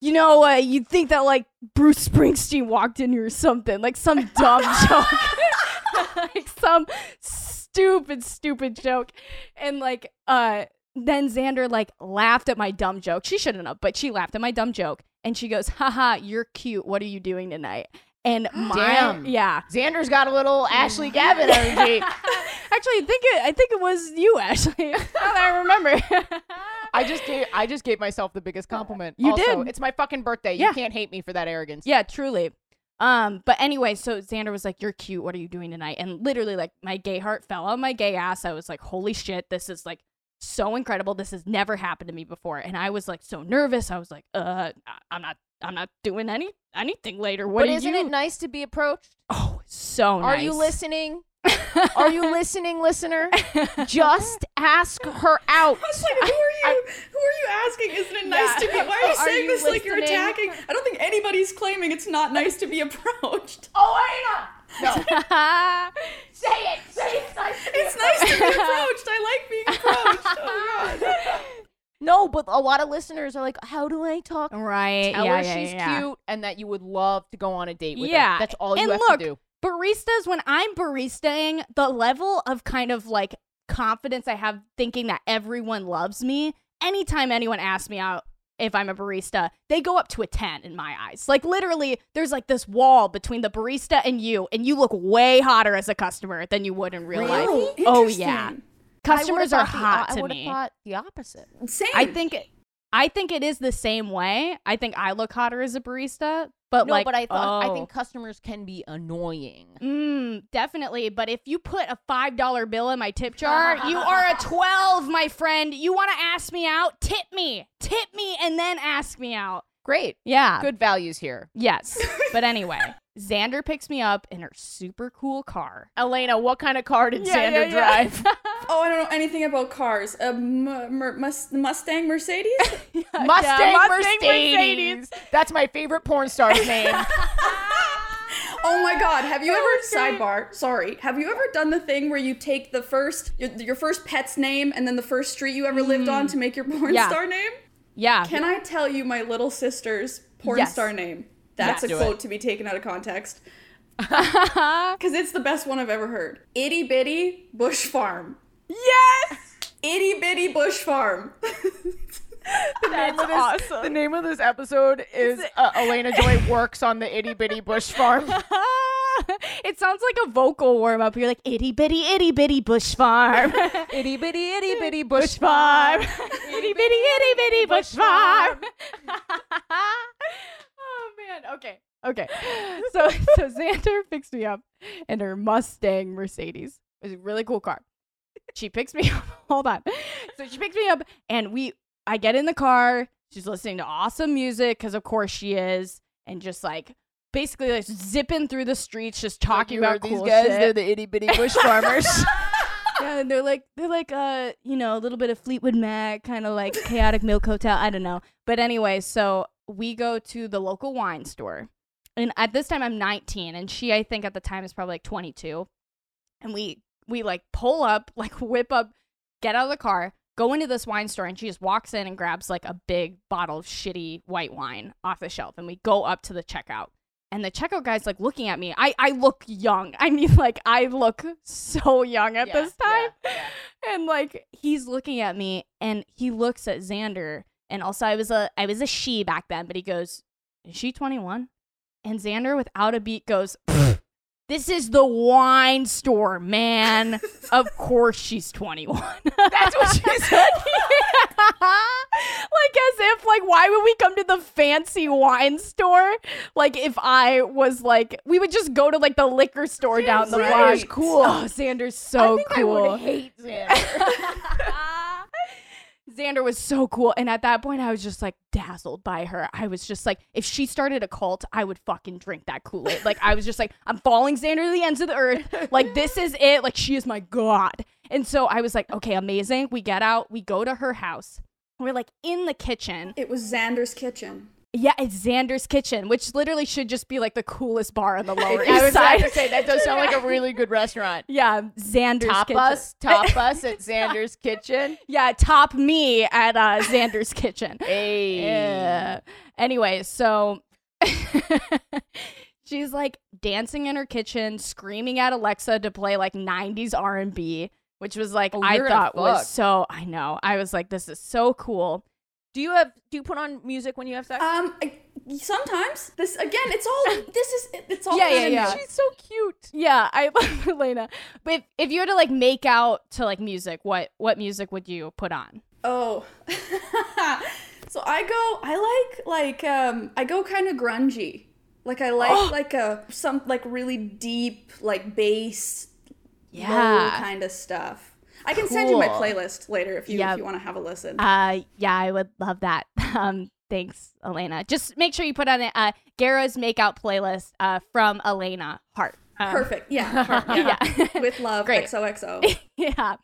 S2: you know, uh, you'd think that like Bruce Springsteen walked in here or something, like some dumb joke, like some stupid, stupid joke, and like, uh. Then Xander like laughed at my dumb joke. She shouldn't have, but she laughed at my dumb joke. And she goes, haha, you're cute. What are you doing tonight? And my
S3: Damn.
S2: yeah.
S3: Xander's got a little Ashley Gavin energy.
S2: Actually, I think it, I think it was you, Ashley. Now that I remember.
S3: I just gave I just gave myself the biggest compliment.
S2: You
S3: Also,
S2: did.
S3: It's my fucking birthday.
S2: Yeah.
S3: You can't hate me for that arrogance.
S2: yeah, truly. Um, but anyway, so Xander was like, "You're cute. What are you doing tonight?" And literally, like, my gay heart fell on my gay ass. I was like, "Holy shit, this is like so incredible. This has never happened to me before." And I was like so nervous. I was like, "Uh, I- I'm not, I'm not doing any anything later. What
S3: but
S2: do
S3: isn't
S2: you?"
S3: it nice to be approached?
S2: oh, so
S3: Are you
S2: nice.
S3: listening? Are you listening, listener? Just ask her out.
S1: I was like, who are you? Who are you asking? Isn't it nice to be? Why are you
S2: Are
S1: saying
S2: you
S1: this like you're
S2: listening?
S1: attacking? I don't think anybody's claiming it's not nice to be approached.
S3: Oh, Aina! No.
S2: Say it.
S1: It's nice to be approached. I like being approached. Oh god.
S3: No, but a lot of listeners are like, how do I talk?
S2: Right.
S3: Tell
S2: Eh, yeah,
S3: her
S2: yeah,
S3: she's
S2: yeah.
S3: cute and that you would love to go on a date with
S2: Yeah,
S3: her. That's all you
S2: and
S3: have
S2: look,
S3: to do.
S2: baristas when i'm baristaing the level of kind of like confidence i have thinking that everyone loves me anytime anyone asks me out if i'm a barista they go up to a 10 in my eyes like literally there's like this wall between the barista and you and you look way hotter as a customer than you would in real life
S1: Oh,
S2: oh yeah
S1: interesting.
S2: customers
S3: I
S2: are
S3: would've thought the-
S2: hot
S3: I
S2: to
S3: would've
S2: me
S3: thought the opposite.
S1: Same.
S2: i think i think it is the same way i think i look hotter as a barista but
S3: no,
S2: like
S3: but I thought I
S2: oh.
S3: think customers can be annoying.
S2: Mm, definitely. But if you put a five dollar bill in my tip jar, you are a twelve, my friend. You want to ask me out? Tip me, tip me, and then ask me out.
S3: Great.
S2: Yeah.
S3: Good values here.
S2: Yes. But anyway, Xander picks me up in her super cool car.
S3: Elena, what kind of car did
S2: Yeah,
S3: Xander
S2: yeah, yeah.
S3: drive?
S1: Oh, I don't know anything about cars. A m- mer- mus- Mustang Mercedes?
S3: Mustang,
S2: Yeah,
S3: Mercedes.
S2: Mustang Mercedes.
S3: That's my favorite porn star's name.
S1: Oh my god, have you ever sidebar? Sorry. Have you ever done the thing where you take the first your, your first pet's name and then the first street you ever lived on to make your porn
S2: Yeah.
S1: star name?
S2: Yeah.
S1: Can I tell you my little sister's porn
S2: Yes.
S1: star name? That's
S3: Yes. Do
S1: a
S3: it.
S1: quote to be taken out of context. Cuz it's the best one I've ever heard. Itty bitty bush farm.
S2: yes.
S1: Itty bitty bush farm.
S3: That's awesome. The name of this episode is uh, Elena Joy works on the itty bitty bush farm.
S2: it sounds like a vocal warm up. You're like itty bitty itty bitty bush farm.
S3: itty bitty itty bitty bush
S2: farm. itty bitty itty bitty bush farm. oh man. Okay. Okay. So so Xander picks me up in her Mustang Mercedes. It was a really cool car. She picks me up. Hold on. So she picks me up and we I get in the car. She's listening to awesome music because of course she is, and just like basically like zipping through the streets, just talking
S3: You heard
S2: about cool
S3: these guys,
S2: shit
S3: they're the itty bitty bush farmers.
S2: yeah, and they're like they're like uh you know a little bit of Fleetwood Mac kind of like chaotic milk hotel. I don't know, but anyway, so we go to the local wine store, and at this time I'm 19, and she I think at the time is probably like 22, and we we like pull up like whip up, get out of the car, go into this wine store, and she just walks in and grabs like a big bottle of shitty white wine off the shelf, and we go up to the checkout and the checkout guy's like looking at me. I I look young. I mean, like I look so young at
S3: Yeah,
S2: this time. And like he's looking at me, and he looks at Xander. And also, I was a I was a she back then, but he goes, "Is she 21?" And Xander, without a beat, goes, "This is the wine store, man. of course she's 21."
S3: That's what she said.
S2: like as if like why would we come to the fancy wine store like if i was like we would just go to like the liquor store down the
S1: right.
S2: block cool oh xander's so cool
S3: hate Xander.
S2: Xander was so cool. And at that point, I was just like dazzled by her. I was just like, if she started a cult, I would fucking drink that Kool Aid. Like, I was just like, I'm falling Xander to the ends of the earth. Like, this is it. Like, she is my God. And so I was like, okay, amazing. We get out, we go to her house. We're like in the kitchen.
S1: It was Xander's kitchen.
S2: Yeah, it's Xander's kitchen, which literally should just be like the coolest bar on the Lower
S3: I
S2: East
S3: was about to
S2: Side.
S3: say that does sound like a really good restaurant.
S2: Yeah, Xander's
S3: Top
S2: kitchen.
S3: us, top us at Xander's kitchen.
S2: Yeah, top me at uh, Xander's kitchen.
S3: Hey.
S2: Yeah. Anyway, so she's like dancing in her kitchen, screaming at Alexa to play like 90s R&B, which was like
S3: Oh,
S2: I
S3: you're gonna
S2: thought was
S3: fuck.
S2: so I know. I was like this is so cool.
S3: Do you have do you put on music when you have sex?
S1: Um I, sometimes this again, it's all this is it's all
S2: Yeah, yeah,
S1: kinda
S2: yeah.
S1: new.
S3: Uh, She's so cute.
S2: Yeah, I love Elena. But if, if you had to like make out to like music, what what music would you put on?
S1: Oh. so I go I like like um I go kind of grungy. Like I like
S2: Oh.
S1: like a some like really deep like bass kind of stuff. I can send you my
S3: Cool.
S1: playlist later if you
S2: Yeah.
S1: if you want to have a listen.
S2: Uh, yeah, I would love that. Um, thanks, Elena. Just make sure you put on it, uh, Gara's makeout playlist uh, from Elena Hart. Um,
S1: Perfect. Yeah. Perfect.
S2: Yeah.
S1: With love.
S2: Great.
S1: XOXO.
S2: yeah.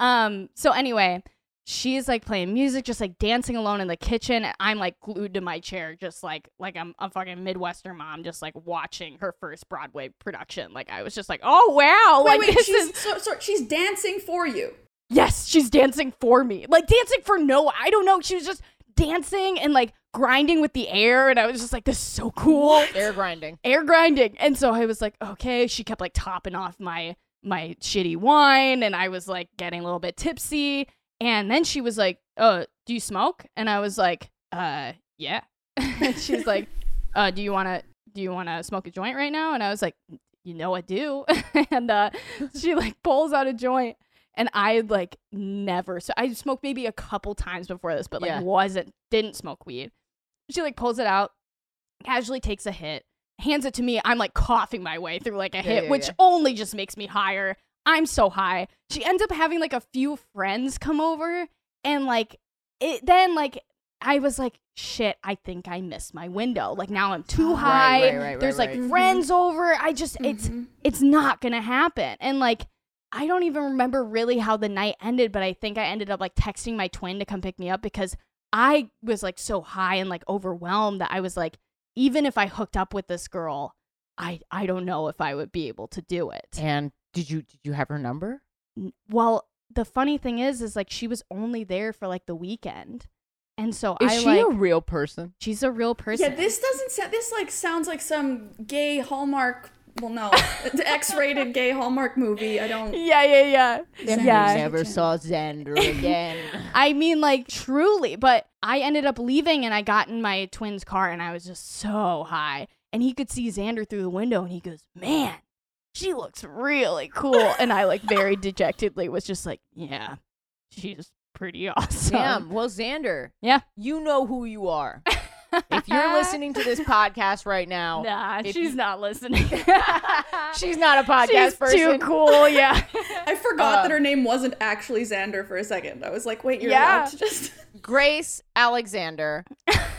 S2: Um, so anyway, she's like playing music, just like dancing alone in the kitchen. And I'm like glued to my chair, just like like I'm a fucking Midwestern mom, just like watching her first Broadway production. Like I was just like, oh wow,
S1: Wait,
S2: like
S1: wait,
S2: this
S1: she's
S2: is
S1: so, so, she's dancing for you.
S2: yes, she's dancing for me. Like dancing for no, I don't know. She was just dancing and like grinding with the air, and I was just like, this is so cool
S3: Air grinding.
S2: air grinding. And so I was like, okay, she kept like topping off my my shitty wine and I was like getting a little bit tipsy. And then she was like, "Oh, do you smoke?" And I was like, "Uh, yeah." and she's like, "Uh, do you want to do you want to smoke a joint right now?" And I was like, "You know I do." and uh she like pulls out a joint and I like never so I smoked maybe a couple times before this, but like
S3: Yeah.
S2: wasn't didn't smoke weed. She like pulls it out, casually takes a hit, hands it to me. I'm like coughing my way through like a hit,
S3: yeah,
S2: which
S3: yeah.
S2: only just makes me higher. I'm so high. She ends up having like a few friends come over and like it then like I was like, shit, I think I missed my window. Like now I'm too
S3: Right,
S2: high.
S3: right, right,
S2: There's
S3: right, Mm-hmm.
S1: right.
S2: like friends over. I just it's
S1: Mhm.
S2: it's not gonna happen. And like I don't even remember really how the night ended, but I think I ended up like texting my twin to come pick me up because I was like so high and like overwhelmed that I was like, even if I hooked up with this girl, I I don't know if I would be able to do it.
S3: And did you did you have her number?
S2: N- well, the funny thing is, is like she was only there for like the weekend, and so
S3: Is
S2: I
S3: she
S2: like
S3: a real person?
S2: she's a real person.
S1: Yeah, this doesn't sound. This like sounds like some gay Hallmark. Well, no, X-rated gay Hallmark movie. I don't.
S2: Yeah, yeah, yeah,
S1: Xander.
S2: yeah.
S1: Xander.
S3: Never saw Xander again.
S2: I mean, like truly, but I ended up leaving and I got in my twin's car and I was just so high. And he could see Xander through the window and he goes, Man, she looks really cool. And I, like, very dejectedly was just like, Yeah, she's pretty awesome.
S3: Damn. Well, Xander.
S2: Yeah.
S3: You know who you are. if you're listening to this podcast right now,
S2: Nah,
S3: If
S2: she's
S3: you-
S2: not listening.
S3: she's not a podcast
S2: she's too
S3: person.
S2: cool. Yeah. Oh.
S1: I forgot
S3: Uh,
S1: that her name wasn't actually Xander for a second. I was like, wait, you're
S2: Yeah.
S1: allowed to just.
S3: Grace Alexander.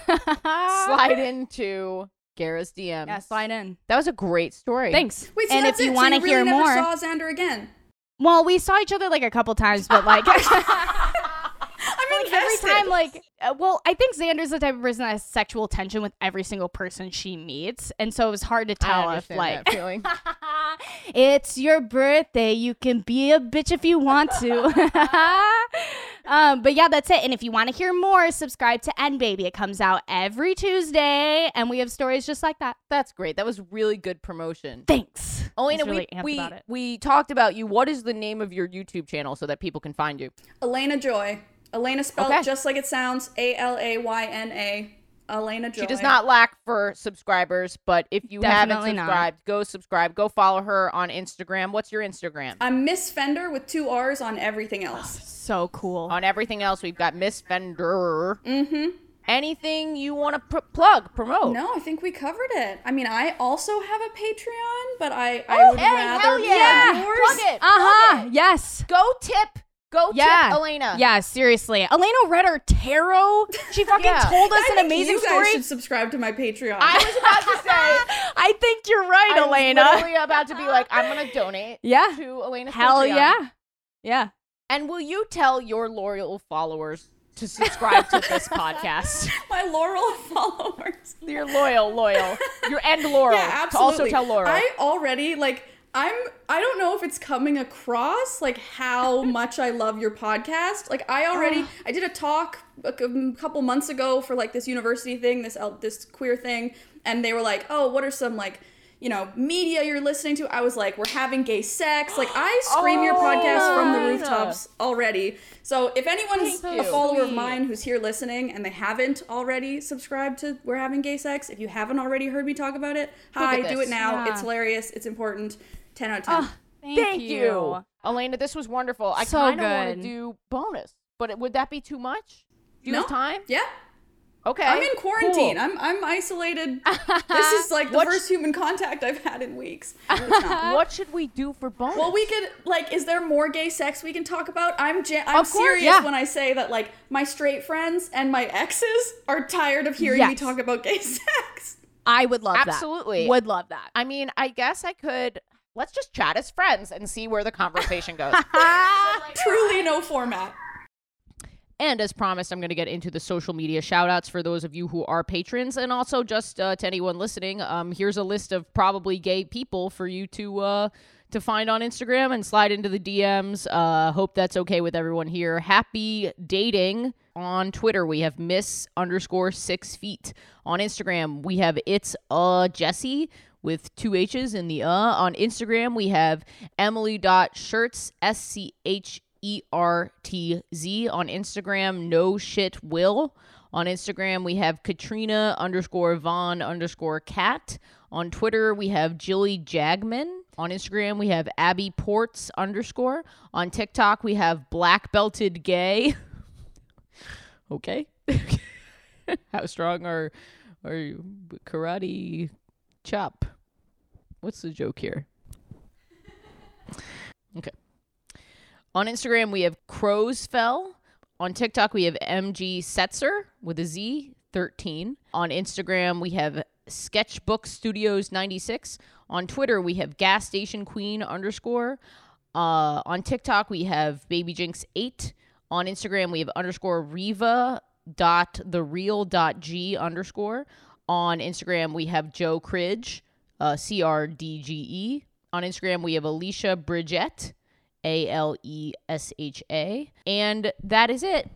S2: Ah.
S3: Slide into Gara's DM.
S2: Yeah, slide in.
S3: That was a great story.
S2: Thanks.
S1: Wait, so
S2: and if
S1: that's
S2: you
S1: it.
S2: want to
S1: so you
S2: hear
S1: really
S2: more,
S1: never saw Xander again.
S2: well, we saw each other like a couple times, but like.
S1: I'm
S2: like every
S1: invested.
S2: time like uh, well i think xander's the type of person that has sexual tension with every single person she meets and so it was hard to tell
S3: I
S2: if
S3: understand
S2: like
S3: that feeling.
S2: it's your birthday you can be a bitch if you want to um, but yeah that's it and if you want to hear more subscribe to n baby it comes out every tuesday and we have stories just like that
S3: That's great. That was really good promotion.
S2: thanks I was
S3: Elena,
S2: really
S3: Oh, we
S2: amped
S3: we,
S2: about it.
S3: we talked about you. What is the name of your YouTube channel so that people can find you?
S1: Elena Joy. Elena spelled
S3: Okay.
S1: just like it sounds. A L A Y N A. Elena Joy.
S3: She does not lack for subscribers, but if you
S2: Definitely
S3: haven't
S2: not.
S3: subscribed, go subscribe. Go follow her on Instagram. What's your Instagram?
S1: I'm Miss Fender with two R's on everything else.
S2: Oh, so cool
S3: on everything else, we've got Miss Fender.
S1: Mm-hmm.
S3: Anything you want to pr- plug, promote?
S1: No, I think we covered it. I mean, I also have a Patreon, but I
S2: Oh,
S1: I would
S3: hey,
S1: rather
S3: hell yeah.
S1: plug yours.
S3: Plug it.
S2: uh-huh yes
S3: Go tip. Go
S2: Yeah.
S3: tip Elena.
S2: Yeah, seriously. Elena read our tarot. She fucking
S3: Yeah.
S2: told us
S1: I
S2: an
S1: think
S2: amazing
S1: you guys
S2: story.
S1: should subscribe to my Patreon.
S3: I was about to say.
S2: I think you're right,
S3: I'm
S2: Elena.
S3: literally about to be like, I'm gonna donate
S2: Yeah.
S3: to Elena.
S2: Hell yeah. Yeah.
S3: And will you tell your loyal followers to subscribe to this podcast?
S1: my Laurel followers.
S3: Your loyal, loyal, your and Laurel.
S1: Yeah,
S3: To
S1: absolutely.
S3: Also tell Laurel.
S1: I already like. I'm. I don't know if it's coming across like how much I love your podcast. Like I already.
S3: Ah.
S1: I did a talk a c- couple months ago for like this university thing, this L- this queer thing, and they were like, "Oh, what are some like." You know, media you're listening to. I was like, we're having gay sex. Like, I scream your
S3: Oh
S1: podcast from the
S3: my.
S1: rooftops already. So, if anyone's
S3: Thank
S1: a
S3: you.
S1: follower of
S3: Sweet.
S1: mine who's here listening and they haven't already subscribed to We're Having Gay Sex, if you haven't already heard me talk about it, hi,
S3: at
S1: do
S3: this.
S1: it now.
S2: Yeah.
S1: It's hilarious. It's important. 10 out of 10.
S2: Thank,
S3: Thank you. Elena. This was wonderful. I
S2: So
S3: kind of want
S2: good.
S3: to do bonus, but it- would that be too much? Do you have time?
S1: Yeah.
S3: Okay.
S1: I'm in quarantine.
S3: Cool.
S1: I'm I'm isolated. this is like the
S3: What-
S1: first human contact I've had in weeks. It's not.
S3: what should we do for bonus?
S1: well, we could like is there more gay sex we can talk about? I'm ja- I'm
S3: Of course,
S1: serious
S2: yeah.
S1: when I say that like my straight friends and my exes are tired of hearing me
S2: Yes.
S1: talk about gay sex.
S2: I would love that.
S3: Absolutely.
S2: Would love that.
S3: I mean, I guess I could. Let's just chat as friends and see where the conversation goes.
S1: Truly no format.
S3: And as promised, I'm going to get into the social media shout outs for those of you who are patrons. And also, just uh, to anyone listening, um, here's a list of probably gay people for you to. Uh, to find on Instagram and slide into the DMs. Uh, hope that's okay with everyone here. Happy dating on Twitter. We have Miss underscore six feet on Instagram. We have it's uh Jesse with two H's in the uh on Instagram. We have Emily dot shirts s c h E R T Z on Instagram. No shit will on Instagram. We have Katrina underscore Von underscore Cat on Twitter. We have Jilly Jagman on Instagram. We have Abby Ports underscore on TikTok. We have Black Belted Gay. okay, how strong are are you? karate chop? What's the joke here? Okay. On Instagram, we have Crowsfell. On TikTok, we have MG Setzer with a Z, 13. On Instagram, we have Sketchbook Studios 96. On Twitter, we have Gas Station Queen underscore. Uh, on TikTok, we have Baby Jinx 8. On Instagram, we have underscore Riva dot the real dot G underscore. On Instagram, we have Joe Cridge, uh, C R D G E. On Instagram, we have Alicia Bridgette. A L E S H A. And that is it.